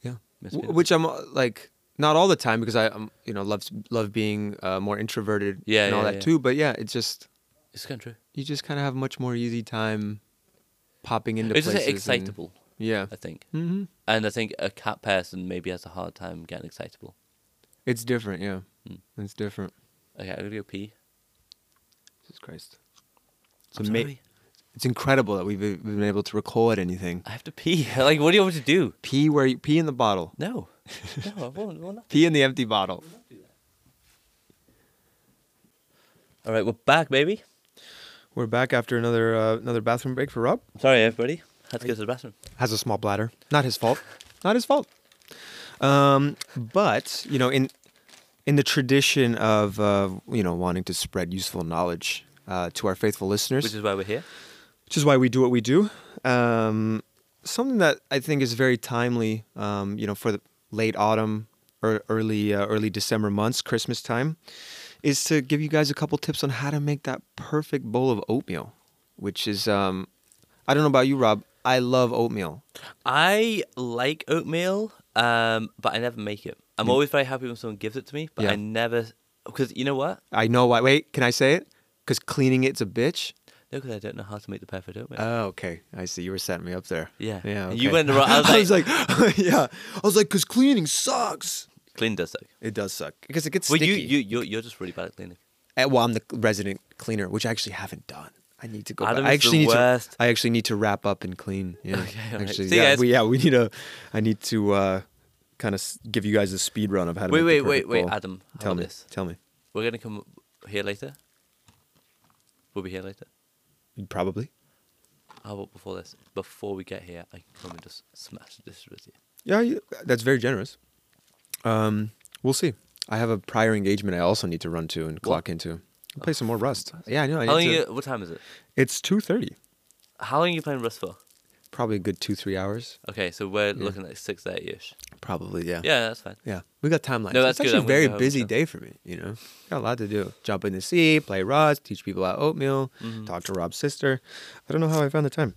A: Yeah.
B: Miss
A: W-
B: Peanut.
A: which I'm uh, like not all the time because I um, you know love love being uh, more introverted
B: Yeah,
A: and all
B: yeah,
A: that
B: yeah.
A: too. But yeah, it's just
B: it's kind of true.
A: you just kind of have much more easy time popping into
B: It's just
A: places.
B: like,
A: and-
B: excitable,
A: yeah.
B: I think,
A: Mm-hmm.
B: and I think a cat person maybe has a hard time getting excitable.
A: It's different. Yeah.
B: Mm.
A: It's different.
B: Okay, I'm gonna go pee.
A: Jesus Christ. It's,
B: I'm
A: ama-
B: sorry.
A: it's incredible that we've we've been able to record anything.
B: I have
A: (laughs)
B: to pee. (laughs) like, what do you want me to do?
A: Pee where you, pee in the bottle. (laughs)
B: No, no, I won't. I won't.
A: Pee in the empty bottle.
B: All right, we're back, baby.
A: We're back after another uh, another bathroom break for Rob.
B: Sorry, everybody. Had to go to the bathroom.
A: has a small bladder. Not his fault. (laughs) Not his fault. Um, but you know, in in the tradition of uh, you know wanting to spread useful knowledge uh, to our faithful listeners,
B: Which is why we're here.
A: which is why we do what we do. Um, something that I think is very timely, um, you know, for the late autumn or early uh, early December months, Christmas time, is to give you guys a couple tips on how to make that perfect bowl of oatmeal, which is um, I don't know about you, Rob. I love oatmeal.
B: I like oatmeal, um, but I never make it. I'm always very happy when someone gives it to me, but
A: Hmm. Yeah.
B: I never because you know what?
A: I know why. Wait, can I say it? Because cleaning it's a bitch.
B: No, because I don't know how to make the perfect oatmeal.
A: Oh, okay. I see. You were setting me up there.
B: Yeah.
A: Yeah.
B: And you
A: okay.
B: went
A: (laughs)
B: the wrong- I was
A: yeah. I was like, because cleaning sucks.
B: Clean does suck.
A: It does suck because it gets
B: Well, you
A: sticky.
B: you you're, you're just really bad at cleaning.
A: Uh, well, I'm the resident cleaner, which I actually haven't done. I need to go.
B: Adam
A: back. I
B: is the
A: actually need
B: worst.
A: to. I actually need to wrap up and clean. Yeah.
B: (laughs) Okay, all right.
A: actually,
B: See you
A: yeah,
B: guys.
A: we, yeah. We need a. I need to uh, kind of give you guys a speed run of how to.
B: Wait,
A: make
B: wait,
A: the
B: wait,
A: perfect
B: wait,
A: bowl.
B: Adam, how
A: Tell
B: about
A: me.
B: this?
A: Tell me.
B: We're gonna come here later. We'll be here later.
A: Probably.
B: How about before this? Before we get here, I can come and just smash the dishes with you.
A: Yeah, you- that's very generous. Um, we'll see. I have a prior engagement I also need to run to and clock into. Play some more Rust. Oh, Yeah, I know. I
B: Oh, How long?
A: need to-
B: you, what time is it?
A: It's two thirty.
B: How long are you playing Rust for?
A: Probably a good two three hours.
B: Okay, so we're looking at six thirty ish.
A: Probably yeah.
B: Yeah, that's fine.
A: Yeah, we got timelines.
B: No, that's
A: it's
B: good.
A: actually
B: I'm
A: a
B: gonna
A: very
B: go home,
A: busy
B: so.
A: day for me. You know, got a lot to do. Jump in the sea, play Rust, teach people about oatmeal,
B: Mm-hmm.
A: talk to Rob's sister. I don't know how I found the time.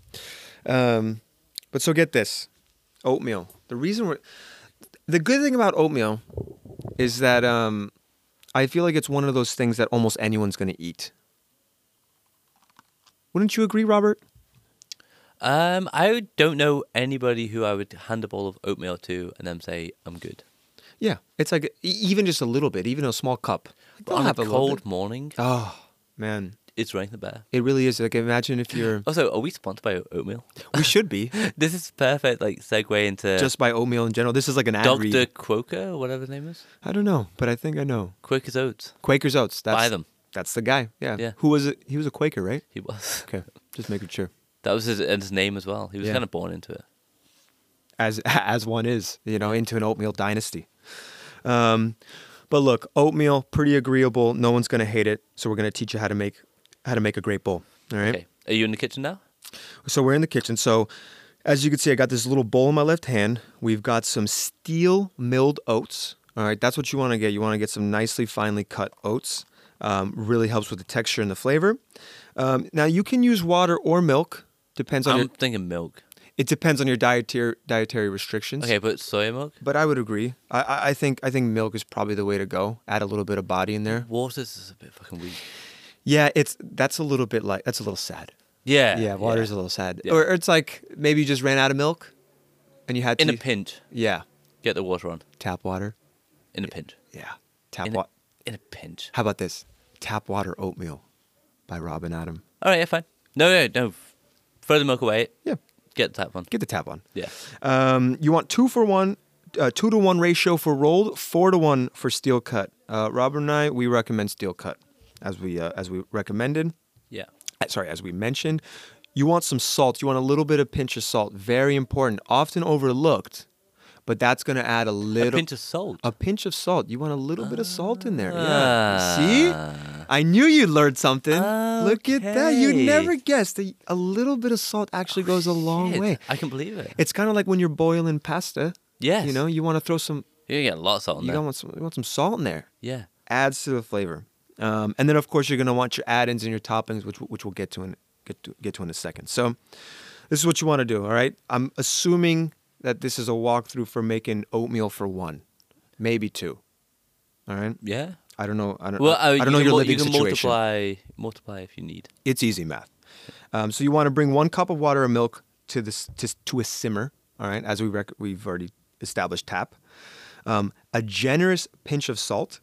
A: Um, but so get this, oatmeal. The reason we're the good thing about oatmeal is that um, I feel like it's one of those things that almost anyone's going to eat. Wouldn't you agree, Robert?
B: Um, I don't know anybody who I would hand a bowl of oatmeal to and then say I'm good.
A: Yeah, it's like e- even just a little bit, even a small cup.
B: But
A: I'll
B: on a
A: have a little
B: cold
A: bit.
B: morning,
A: Oh man,
B: it's rank the better.
A: it really is. Like imagine if you're.
B: Also, are we sponsored by o- oatmeal?
A: (laughs)
B: (laughs)
A: We should (laughs) be
B: This is perfect, like segue into
A: just by oatmeal in general. This is like an ad
B: Doctor
A: read.
B: Quoker, or whatever the name is.
A: I don't know, but I think I know.
B: Quaker's oats.
A: Quaker's oats. That's,
B: Buy them.
A: That's the guy. Yeah.
B: Yeah.
A: Who was it? He was a Quaker, right?
B: He was. (laughs)
A: Okay. Just making sure.
B: That was his and his name as well. He was
A: Yeah.
B: kind of born into it.
A: As (laughs) as one is, you know, into an oatmeal dynasty. Um, but look, oatmeal pretty agreeable. No one's gonna hate it. So we're gonna teach you how to make how to make a great bowl. All right.
B: Okay. Are you in the kitchen now?
A: So we're in the kitchen. So as you can see, I got this little bowl in my left hand. We've got some steel milled oats. All right, that's what you want to get. You want to get some nicely finely cut oats. Um, really helps with the texture and the flavor. Um, now you can use water or milk. Depends on
B: I'm
A: your,
B: thinking milk.
A: it depends on your dietary dietary restrictions.
B: Okay, but soy milk.
A: But I would agree. I- I, I think I think milk is probably the way to go. Add a little bit of body in there.
B: Water's is a bit fucking weak.
A: Yeah, it's that's a little bit like that's a little sad.
B: Yeah.
A: Yeah, water's a little sad.
B: Yeah.
A: Or, or it's like maybe you just ran out of milk, and you had
B: in
A: to
B: a pinch.
A: Yeah,
B: Get the water on.
A: tap water.
B: In a pinch.
A: Yeah, tap
B: In a,
A: water.
B: in a pinch.
A: How about this? Tap Water Oatmeal by Robin Adam.
B: All right, yeah, fine. No, no, no. Throw the milk away.
A: Yeah,
B: Get that one.
A: get the tap on.
B: Yeah.
A: Um, you want two for one, uh, two to one ratio for rolled, four to one for steel cut. Uh, Robert and I, we recommend steel cut as we uh, as we recommended.
B: Yeah.
A: Uh, Sorry, as we mentioned, you want some salt. You want a little bit of pinch of salt. Very important, often overlooked, but that's going to add a
B: A
A: little
B: pinch of salt.
A: a pinch of salt. You want a little bit of salt in there.
B: Ah.
A: Yeah. See? I knew you'd learn something. Look at that. You
B: Okay. Oh,
A: never guessed. A, a little bit of salt actually goes a long
B: Shit,
A: way.
B: I can believe it.
A: It's kind of like when you're boiling pasta.
B: Yes.
A: You know, you want to throw some
B: You're going to get lots of salt in
A: you
B: there.
A: want some you want some salt in there.
B: Yeah.
A: Adds to the flavor. Um, and then of course you're going to want your add-ins and your toppings which which we'll get to in get to, get to in a second. So this is what you want to do, all right? I'm assuming that this is a walkthrough for making oatmeal for one, maybe two. All right?
B: Yeah.
A: I don't know. I don't,
B: Well, uh,
A: I
B: you
A: don't know
B: can
A: your
B: mul-
A: living
B: you can
A: situation.
B: multiply multiply if you need.
A: It's easy math. Um, so you want to bring one cup of water or milk to this to, to a simmer. All right, as we rec- we've already established tap. Um, a generous pinch of salt.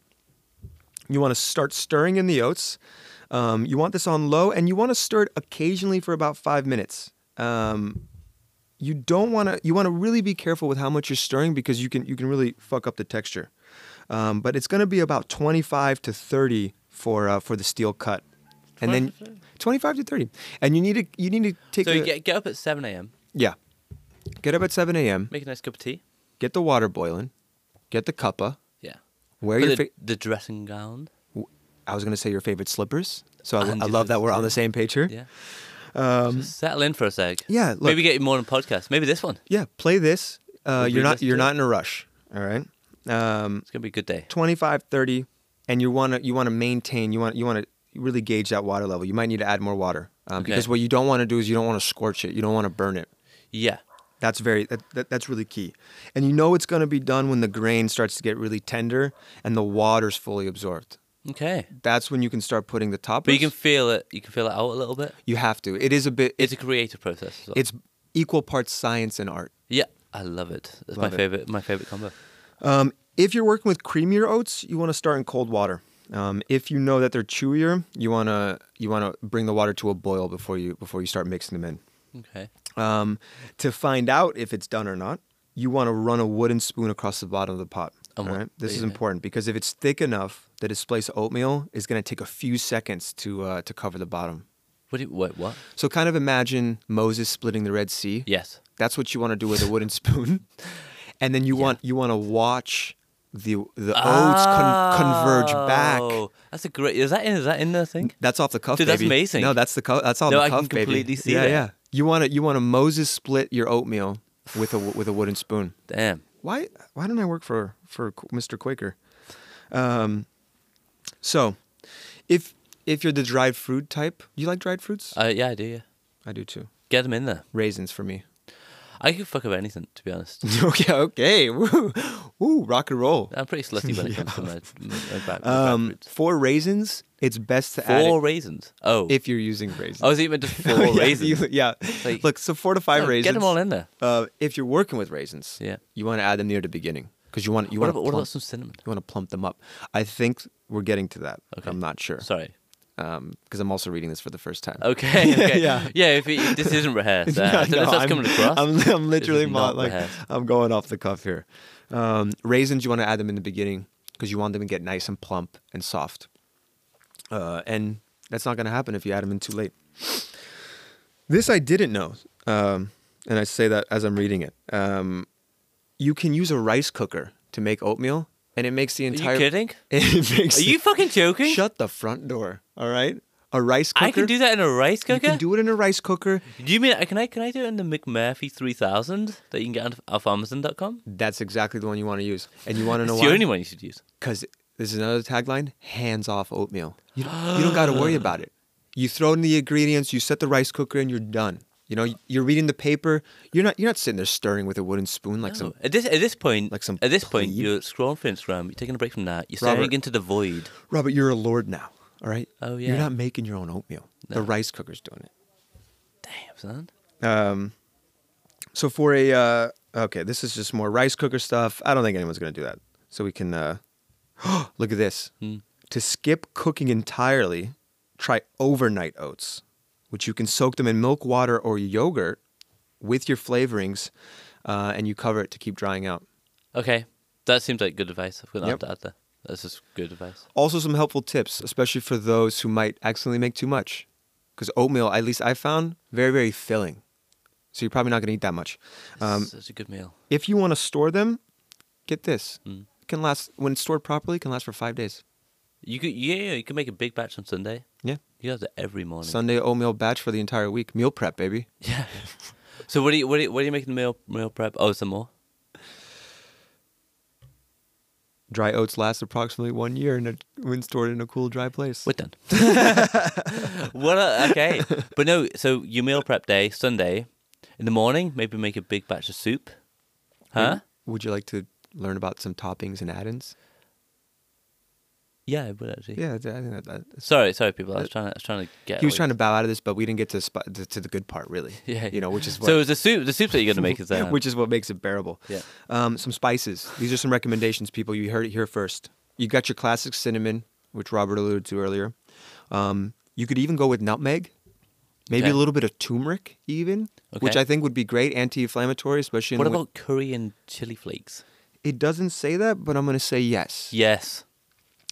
A: You want to start stirring in the oats. Um, you want this on low, and you want to stir it occasionally for about five minutes. Um, you don't want to. You want to really be careful with how much you're stirring because you can you can really fuck up the texture. Um, but it's going to be about 25 to 30 for uh, for the steel cut, and then 25 to 30, and you need to you need to take
B: So
A: a,
B: you get, get up at 7 a.m.,
A: yeah, get up at 7 a.m.
B: make a nice cup of tea.
A: Get the water boiling, get the cuppa,
B: Yeah.
A: wear
B: Put
A: your
B: the,
A: fa-
B: the dressing gown.
A: I was going to say your favorite slippers. So I,
B: And
A: I
B: your
A: love that we're on the
B: slippers,
A: same page here. (laughs)
B: Yeah. Just settle in for a sec.
A: Um, yeah, look.
B: Maybe get more on podcast. Maybe this one.
A: Yeah, play this. Uh,
B: We'll
A: you're not
B: re-listen
A: you're
B: to it.
A: not in a rush. All right. Um,
B: It's gonna be a good day.
A: 25, 30, and you want to you want to maintain. You want you want to really gauge that water level. You might need to add more water um,
B: Okay.
A: because what you don't want to do is you don't want to scorch it. You don't want to burn it.
B: Yeah.
A: That's very that, that, that's really key. And you know it's going to be done when the grain starts to get really tender and the water's fully absorbed.
B: Okay.
A: That's when you can start putting the toppers.
B: But you can feel it. You can feel it out a little bit.
A: You have to. It is a bit.
B: It's a creative process. As well.
A: It's equal parts science and art.
B: yeah. I love it. That's
A: Love it.
B: my favorite. My favorite combo.
A: Um, if you're working with creamier oats, you want to start in cold water. Um, if you know that they're chewier, you wanna you wanna bring the water to a boil before you before you start mixing them in.
B: Okay.
A: Um, to find out if it's done or not, you want to run a wooden spoon across the bottom of the pot.
B: Oh,
A: all
B: wow.
A: right? This
B: Yeah.
A: is important because if it's thick enough, the displaced oatmeal is going to take a few seconds to uh, to cover the bottom.
B: What? Do you, wait. What?
A: So kind of imagine Moses splitting the Red Sea.
B: Yes.
A: That's what you want to do with a wooden (laughs) spoon. And then you want you want to watch the the oats Oh, con- converge back.
B: Oh, That's a great. Is that in? Is that in the thing?
A: That's off the cuff,
B: Dude, that's
A: baby.
B: amazing.
A: No, that's the cuff. That's all
B: No,
A: the
B: I
A: cuff,
B: can
A: baby.
B: completely see
A: yeah,
B: that.
A: Yeah, You want to you want to Moses split your oatmeal with a with a wooden spoon.
B: Damn.
A: Why why don't I work for for Qu- Mr. Quaker? Um, so if if you're the dried fruit type, you like dried fruits?
B: Uh, yeah, I do. Yeah.
A: I do too.
B: Get them in there.
A: Raisins for me. (laughs)
B: I could fuck up anything, to be honest.
A: okay, okay. (laughs) Woo, woo, rock and roll.
B: I'm pretty slutty when it comes to my, my, my back. my
A: Um,
B: back roots.
A: for raisins, it's best to add
B: four
A: it
B: raisins. Oh,
A: if you're using raisins.
B: I was
A: (laughs)
B: eating just four
A: yeah,
B: Oh, raisins.
A: you- yeah.
B: Like-
A: Look, so four to five
B: No,
A: raisins.
B: Get them all in there.
A: Uh, if you're working with raisins,
B: Yeah.
A: you want to add them near the beginning because you want you
B: What
A: want
B: about,
A: to
B: what
A: plump,
B: about some cinnamon?
A: you want to plump them up. I think we're getting to that.
B: Okay.
A: I'm not sure
B: (laughs) Sorry.
A: because I'm also reading this for the first time.
B: Okay. okay.
A: yeah.
B: (laughs) yeah. if it, this isn't rehearsed,
A: (laughs)
B: uh,
A: Yeah,
B: I don't know if
A: no,
B: that's
A: I'm,
B: coming across.
A: I'm, (laughs) I'm literally not
B: not
A: like
B: rehearsed.
A: I'm going off the cuff here. Um, raisins, you want to add them in the beginning because you want them to get nice and plump and soft. Uh, and that's not going to happen if you add them in too late. This I didn't know, um, and I say that as I'm reading it. Um, you can use a rice cooker to make oatmeal, and it makes the
B: Are
A: entire.
B: you kidding?
A: (laughs) It makes
B: Are you fucking joking?
A: shut the front door? All right, a rice cooker.
B: I can do that in a rice cooker.
A: You can do it in a rice cooker.
B: Do you mean can I can I do it in the McMurphy three thousand that you can get on off Amazon.com?
A: That's exactly the one you want to use. And you want to
B: It's
A: know
B: the
A: why?
B: only one you should use.
A: Because this is another tagline hands off oatmeal. You don't, you don't got to
B: (gasps)
A: worry about it. You throw in the ingredients, you set the rice cooker, and you're done. You know, you're reading the paper. You're not. You're not sitting there stirring with a wooden spoon like some.
B: No. at this at this point,
A: like some
B: at this point,
A: plebe.
B: you're scrolling through Instagram. You're taking a break from that. You're staring
A: Robert.
B: into the void.
A: Robert, you're a lord now. All right.
B: Oh,
A: You're
B: yeah.
A: not making your own oatmeal. The
B: No.
A: rice cooker's doing it.
B: Damn son.
A: Um, so for a uh, okay, this is just more rice cooker stuff. I don't think anyone's gonna do that. So we can uh, (gasps) look at this. to skip cooking entirely, try overnight oats, which you can soak them in milk water or yogurt with your flavorings, uh, and you cover it to keep drying out.
B: Okay, that seems like good advice. I've got nothing
A: Yep.
B: to add there. That's just good advice.
A: Also, some helpful tips, especially for those who might accidentally make too much, because oatmeal, at least I found, very very filling. So you're probably not going to eat that much. Um,
B: It's a good meal.
A: if you want to store them, get this.
B: Mm.
A: It can last when it's stored properly. It can last for five days.
B: You could, yeah, yeah, you can make a big batch on Sunday.
A: Yeah.
B: You have that every morning.
A: Sunday oatmeal batch for the entire week. Meal prep, baby.
B: (laughs) yeah. so what do you what do you, what do you make in the meal meal prep? Oh, some more.
A: Dry oats last approximately one year in a, when stored in a cool, dry place.
B: We're done.
A: (laughs)
B: what? A, okay, but no. So your meal prep day Sunday, in the morning, maybe make a big batch of soup. Huh?
A: Would you like to learn about some toppings and add-ins?
B: Yeah, I would actually.
A: Yeah, I think that, that,
B: Sorry, sorry, people. I was trying. To, I was trying to get.
A: he was
B: away.
A: trying to bow out of this, but we didn't get to sp- to, to the good part, really.
B: (laughs) Yeah, yeah.
A: you know, which is what,
B: So it's the soup. The soup that you're gonna
A: (laughs)
B: make is that.
A: which is what makes it bearable.
B: Yeah.
A: Um, some spices. These are some recommendations, people. You heard it here first. You got your classic cinnamon, which Robert alluded to earlier. Um, you could even go with nutmeg, maybe
B: Okay.
A: a little bit of turmeric, even, which
B: Okay.
A: I think would be great anti-inflammatory, especially. In
B: um, What
A: the win-
B: about curry and chili flakes?
A: It doesn't say that, but I'm going to say yes.
B: Yes.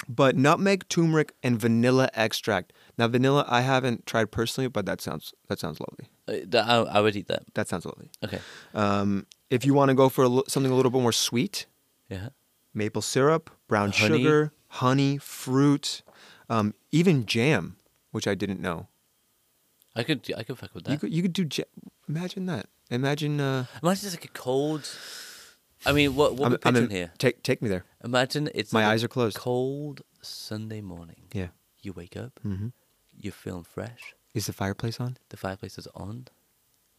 A: But nutmeg, turmeric, and vanilla extract. Now, vanilla, I haven't tried personally, but that sounds that sounds lovely.
B: Uh, that- I, I would eat that.
A: That sounds lovely.
B: Okay.
A: Um, if you want to go for a, li- something a little bit more sweet,
B: Yeah.
A: maple syrup, brown
B: Honey.
A: sugar, honey, fruit, um, even jam, which I didn't know.
B: I could. I could fuck with that.
A: You could you could do jam. Imagine that. Imagine. Uh,
B: Imagine it's like a cold. I mean, what what
A: I'm-
B: we're
A: I'm
B: picturing
A: in-
B: here?
A: Take take me there.
B: Imagine it's
A: My
B: like a
A: eyes are closed.
B: Cold Sunday morning.
A: Yeah.
B: You wake up.
A: Mm-hmm.
B: You're feeling fresh.
A: Is the fireplace on?
B: The fireplace is on.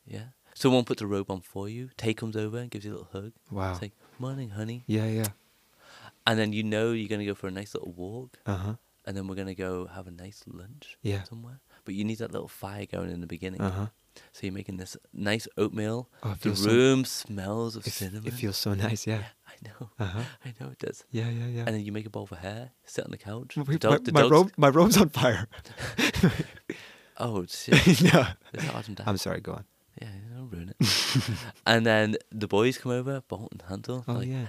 B: Yeah. Someone puts a robe on for you. Tay comes over and gives you a little hug.
A: Wow.
B: It's like morning, honey.
A: Yeah, yeah.
B: And then you know you're gonna go for a nice little walk.
A: Uh huh.
B: and then we're gonna go have a nice lunch
A: Yeah.
B: somewhere. But you need that little fire going in the beginning.
A: Uh-huh.
B: So you're making this nice oatmeal.
A: Oh, it
B: the
A: feels so-
B: room smells of
A: It,
B: cinnamon.
A: it feels so nice. Yeah.
B: I know.
A: Uh-huh.
B: (laughs) I know it does.
A: Yeah, yeah, yeah. (laughs)
B: And then you make a bowl for hair, sit on the couch.
A: My-
B: the dog, the
A: my, my,
B: dog's-
A: robe, my robe's on
B: (laughs)
A: fire.
B: Oh
A: (laughs)
B: shit!
A: no.
B: It's hard and
A: I'm sorry, go on.
B: Yeah, don't ruin
A: (laughs)
B: it. and then the boys come over, Bolt and Handel.
A: Oh,
B: like-
A: yeah.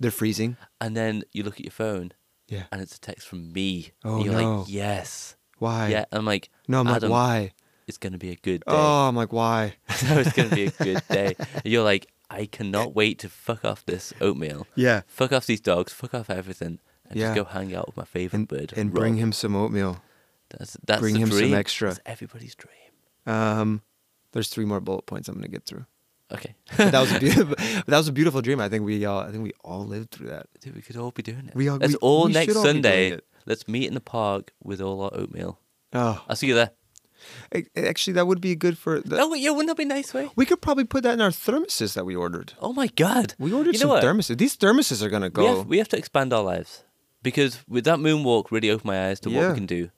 A: They're freezing.
B: And then you look at your phone,
A: Yeah.
B: and it's a text from me.
A: Oh,
B: and you're
A: no.
B: like, yes,
A: Why?
B: yeah. I'm like,
A: No, I'm like,
B: Adam,
A: why?
B: It's gonna be a good day.
A: Oh, I'm like, why?
B: (laughs) so it's gonna be a good day. And you're like, I cannot wait to fuck off this oatmeal.
A: Yeah.
B: Fuck off these dogs. Fuck off everything, and
A: Yeah.
B: just go hang out with my favorite
A: And,
B: bird
A: and bring
B: Rob.
A: him some oatmeal.
B: That's that's
A: bring
B: the
A: him some
B: dream.
A: extra.
B: That's everybody's dream.
A: Um, there's three more bullet points I'm gonna get through.
B: Okay, (laughs)
A: (laughs) But that was a beautiful. that was a beautiful dream. I think we all. I think we all lived through that.
B: Dude, we could all be doing it.
A: We all-
B: Let's
A: we-
B: all
A: we
B: next
A: should all be doing
B: Sunday.
A: it.
B: Let's meet in the park with all our oatmeal.
A: Oh,
B: I'll see you there.
A: ac- actually, that would be good for. The,
B: Oh, yeah, wouldn't that be nice, way?
A: We could probably put that in our thermoses that we ordered.
B: Oh my god,
A: We ordered
B: you know
A: some
B: what?
A: thermoses. These thermoses are gonna go.
B: We have, we have to expand our lives because with that moonwalk really opened my eyes to what
A: Yeah.
B: we can do.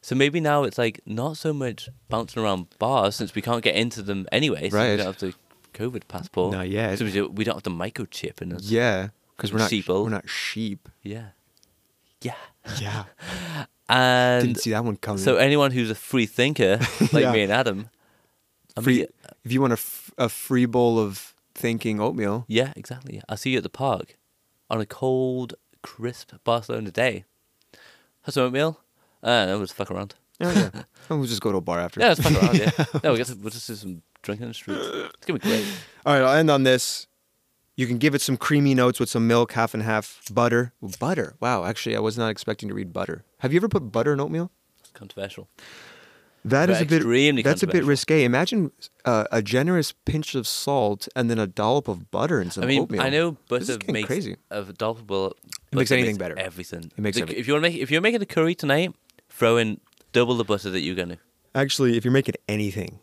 B: So maybe now it's like not so much bouncing around bars since we can't get into them anyway. So
A: Right.
B: We don't have the COVID passport.
A: Not yet.
B: So we don't- we don't have the microchip in us.
A: yeah, because we're not
B: Sheeple.
A: we're not sheep.
B: Yeah. Yeah.
A: (laughs) Yeah,
B: And
A: didn't see that one coming.
B: so anyone who's a
A: (laughs)
B: free thinker like
A: Yeah.
B: me and Adam, I
A: free,
B: mean,
A: if you want a, f- a free bowl of thinking
B: (laughs)
A: oatmeal,
B: yeah, exactly. I'll see you at the park on a cold, crisp Barcelona day. Have some oatmeal. Uh, no, we'll just fuck around.
A: oh, yeah. we'll just go to a bar after.
B: Yeah, let's fuck around.
A: (laughs)
B: Yeah. No, we get to, we'll just do some drinking in the streets. It's gonna be great.
A: All right, I'll end on this. You can give it some creamy notes with some milk, half and half, butter. Ooh, Butter. Wow, actually, I was not expecting to read butter. Have you ever put butter in oatmeal?
B: It's controversial.
A: That is a bit.
B: Extremely
A: That's a bit
B: controversial.
A: risque. Imagine uh, a generous pinch of salt and then a dollop of butter in some
B: I mean,
A: oatmeal.
B: I know
A: This is
B: butter
A: getting
B: makes
A: crazy.
B: of double. Well,
A: makes
B: butter
A: anything better.
B: Everything.
A: It makes
B: The-
A: every-
B: if you want to make if you're making a curry tonight, throw in double the butter that you're gonna.
A: Actually, if you're making anything,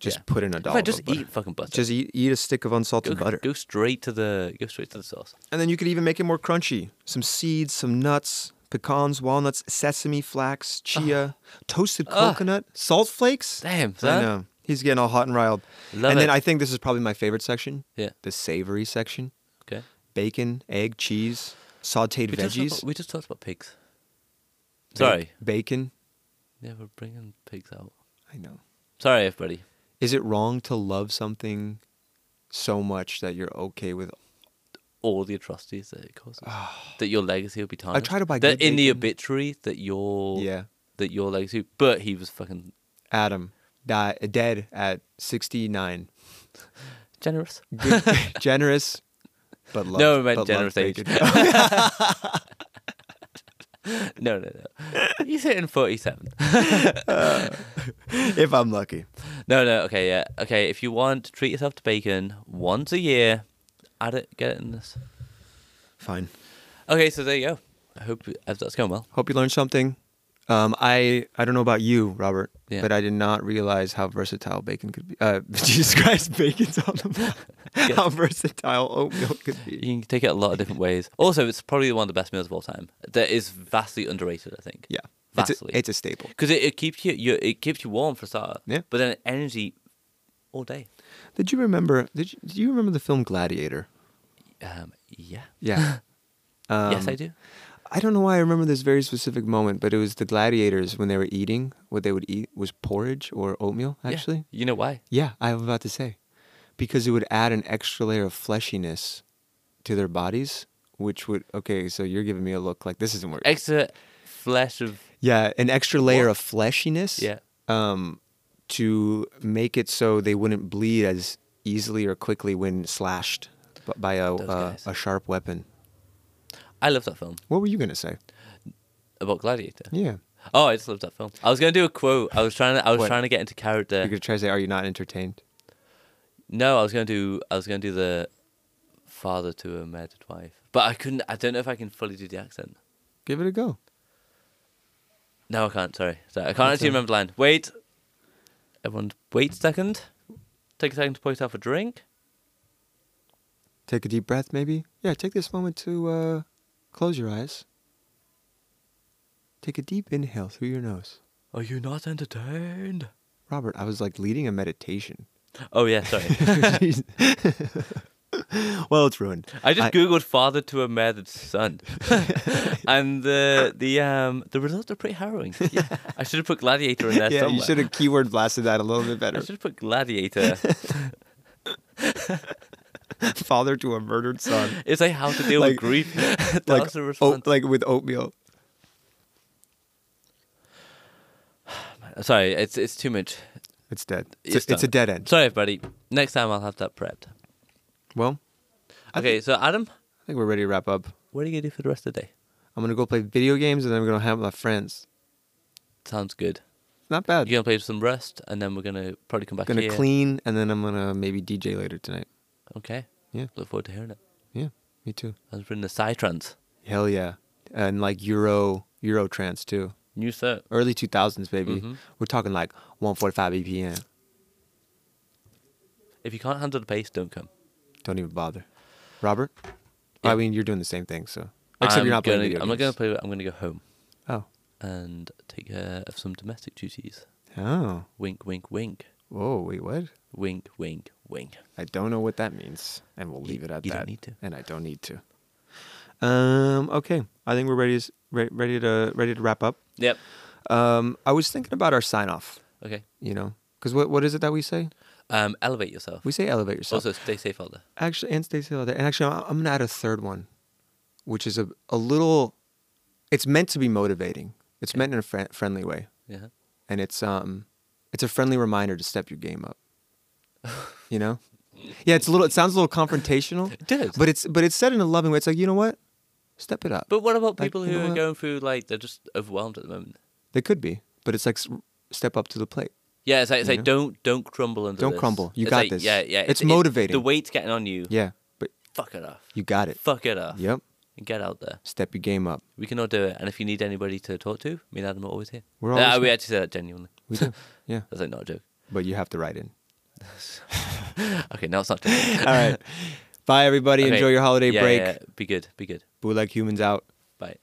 A: just
B: Yeah.
A: put in a
B: In
A: dollop.
B: fact, just
A: of butter.
B: eat fucking butter.
A: Just eat, eat a stick of
B: go,
A: unsalted butter,
B: go straight to the go straight to the sauce.
A: and then you could even make it more crunchy. Some seeds, some nuts, pecans, walnuts, sesame, flax, chia, toasted
B: Ah.
A: coconut, salt flakes.
B: Damn,
A: I
B: son.
A: know. He's getting all hot and riled.
B: Love
A: and then
B: it.
A: I think this is probably my favorite section
B: Yeah.
A: the savory section
B: Okay.
A: bacon, egg, cheese, sauteed
B: We just, talked
A: veggies.
B: about, we just talked about pigs. Sorry.
A: Bacon.
B: Yeah, we're bringing pigs out.
A: I know.
B: Sorry, everybody.
A: Is it wrong to love something so much that you're okay with?
B: All the atrocities that it causes, that your legacy will be tarnished.
A: try Ah. to buy
B: that
A: good
B: in the
A: bacon.
B: obituary that your
A: Yeah.
B: that your legacy. But he was fucking
A: Adam died dead at 69.
B: generous. (laughs)
A: Good, generous, but loved,
B: no, I meant
A: but loved
B: generous age.
A: bacon.
B: no, no,
A: (laughs)
B: no. He's hitting forty-seven.
A: (laughs) if I'm lucky.
B: No, no, okay, yeah, okay. If you want to treat yourself to bacon once a year, add it, get it in this.
A: Fine.
B: Okay, so there you go. I hope uh, that's going well.
A: Hope you learned something. Um, I I don't know about you, Robert,
B: Yeah.
A: but I did not realize how versatile bacon could be. Uh, (laughs) Jesus Christ, bacon's on the map. How versatile oatmeal could
B: You
A: be.
B: can take it a lot of different ways. Also, it's probably one of the best meals of all time. That is vastly underrated, I think.
A: Yeah, it's
B: vastly.
A: a, it's a staple.
B: because it, it keeps you, you it keeps you warm for a start.
A: Yeah.
B: But then energy all day.
A: Did you remember? Did you, do you remember the film Gladiator?
B: Um, yeah. (laughs)
A: Yeah. Um,
B: yes, I do.
A: I don't know why I remember this very specific moment, but it was the gladiators when they were eating. What they would eat was porridge or oatmeal,
B: Yeah.
A: actually.
B: you know why?
A: Yeah, I was about to say. Because it would add an extra layer of fleshiness to their bodies, which would, okay, so you're giving me a look like this isn't working.
B: Extra flesh of
A: yeah, an extra layer of fleshiness
B: yeah.
A: um, to make it so they wouldn't bleed as easily or quickly when slashed b- by a,
B: Those
A: uh,
B: guys.
A: a sharp weapon.
B: I love that film
A: What were you going to say?
B: about Gladiator.
A: Yeah.
B: Oh, I just love that film. I was gonna do a quote. I was trying to. I was
A: What?
B: trying to get into character.
A: You're going to try to say, are you not entertained?
B: No, I was gonna do. I was gonna do the father to a murdered wife, but I couldn't. I don't know if I can fully do the accent.
A: Give it a go.
B: No, I can't. Sorry, sorry I can't actually
A: all right.
B: remember the line. Wait, everyone, wait a second. Take a second to pour yourself a drink.
A: Take a deep breath, maybe. Yeah, take this moment to uh, close your eyes. Take a deep inhale through your nose.
B: Are you not entertained?
A: Robert, I was like leading a meditation. (laughs)
B: Oh yeah, sorry.
A: Jeez. well, it's ruined.
B: I just googled father to a
A: (laughs)
B: murdered son, and the the um the results are
A: (laughs)
B: pretty harrowing. Yeah, I should have put gladiator in there
A: yeah,
B: somewhere.
A: you should have keyword blasted that a little bit
B: (laughs) I
A: better.
B: should have put gladiator.
A: (laughs) Father to a murdered son.
B: It's like how to deal
A: Like-
B: with grief. (laughs) that
A: like, oh,
B: was the
A: oat,
B: response.
A: like with oatmeal. oh.
B: Sorry, it's it's too much.
A: It's dead.
B: It's
A: It's, a- it's a
B: done.
A: dead end.
B: Sorry, buddy. Next time I'll have that prepped.
A: Well, I
B: Okay, so Adam,
A: I think we're ready to wrap up.
B: what are you gonna do for the rest of the day?
A: I'm gonna go play video games and then I'm gonna hang out with my friends.
B: Sounds good.
A: Not bad.
B: You're gonna play with some rest, and then we're gonna probably come back
A: Uh, gonna
B: here.
A: clean and then I'm gonna maybe DJ later tonight.
B: Okay.
A: Yeah.
B: Look forward to hearing it.
A: Yeah, me too.
B: I was in the psytrance.
A: Hell yeah, and like Euro Euro trance too.
B: New set.
A: Early two thousands, baby.
B: Mhm.
A: We're talking like one E forty five BPM.
B: If you can't handle the pace, don't come.
A: Don't even bother, Robert. I mean, you're doing the same thing, so
B: I'm
A: except you're not
B: gonna,
A: playing video
B: I'm not gonna
A: games.
B: play. I'm gonna go home
A: gonna
B: and take care of some domestic duties.
A: Oh, oh,
B: Wink, wink, wink,
A: whoa, wait, what?
B: wink, wink, wink.
A: I don't know what that means, and we'll leave it at
B: you
A: that.
B: don't need to.
A: and I don't need to. Um. Okay, I think we're ready. s- Re- ready to ready to wrap up.
B: Yep.
A: Um. I was thinking about our sign off.
B: Okay.
A: You know, because what what is it that we say?
B: Um, elevate yourself.
A: We say elevate yourself.
B: Also, stay safe out there.
A: Actually, and Stacey Hill. And actually, I- I'm going to add a third one, which is a, a little, it's meant to be motivating. It's meant in a fri friendly way.
B: Yeah.
A: And it's, um, it's a friendly reminder to step your
B: (laughs)
A: game up, you know? Yeah, it's a little, it sounds a little confrontational,
B: (laughs) It does.
A: but it's, but it's said in a loving way. It's like, you know what? Step it up.
B: But what about
A: Like,
B: people
A: you
B: who
A: know
B: are
A: what?
B: going through like they're just overwhelmed at the moment?
A: they could be, but it's like, s- step up to the plate.
B: Yeah, it's like, it's
A: You
B: like
A: know?
B: don't don't crumble under
A: Don't
B: this.
A: crumble. You
B: It's
A: got
B: like,
A: this.
B: Yeah, yeah.
A: It's
B: it-
A: motivating.
B: the weight's getting on you.
A: Yeah, but
B: Fuck it off.
A: you got it.
B: Fuck it off.
A: Yep.
B: And get out there.
A: Step your game up.
B: We can all do it. And if you need anybody to talk to, me and Adam are always here.
A: We're
B: Uh,
A: always
B: we
A: here.
B: actually say that genuinely.
A: We do. Yeah.
B: (laughs) That's like not a joke.
A: But you have to write in.
B: Okay, no, it's not.
A: (laughs)
B: A joke.
A: All right. Bye, everybody.
B: Okay.
A: Enjoy your holiday
B: Yeah,
A: break.
B: yeah, yeah. Be good. Be good.
A: Bootleg humans out.
B: Bye.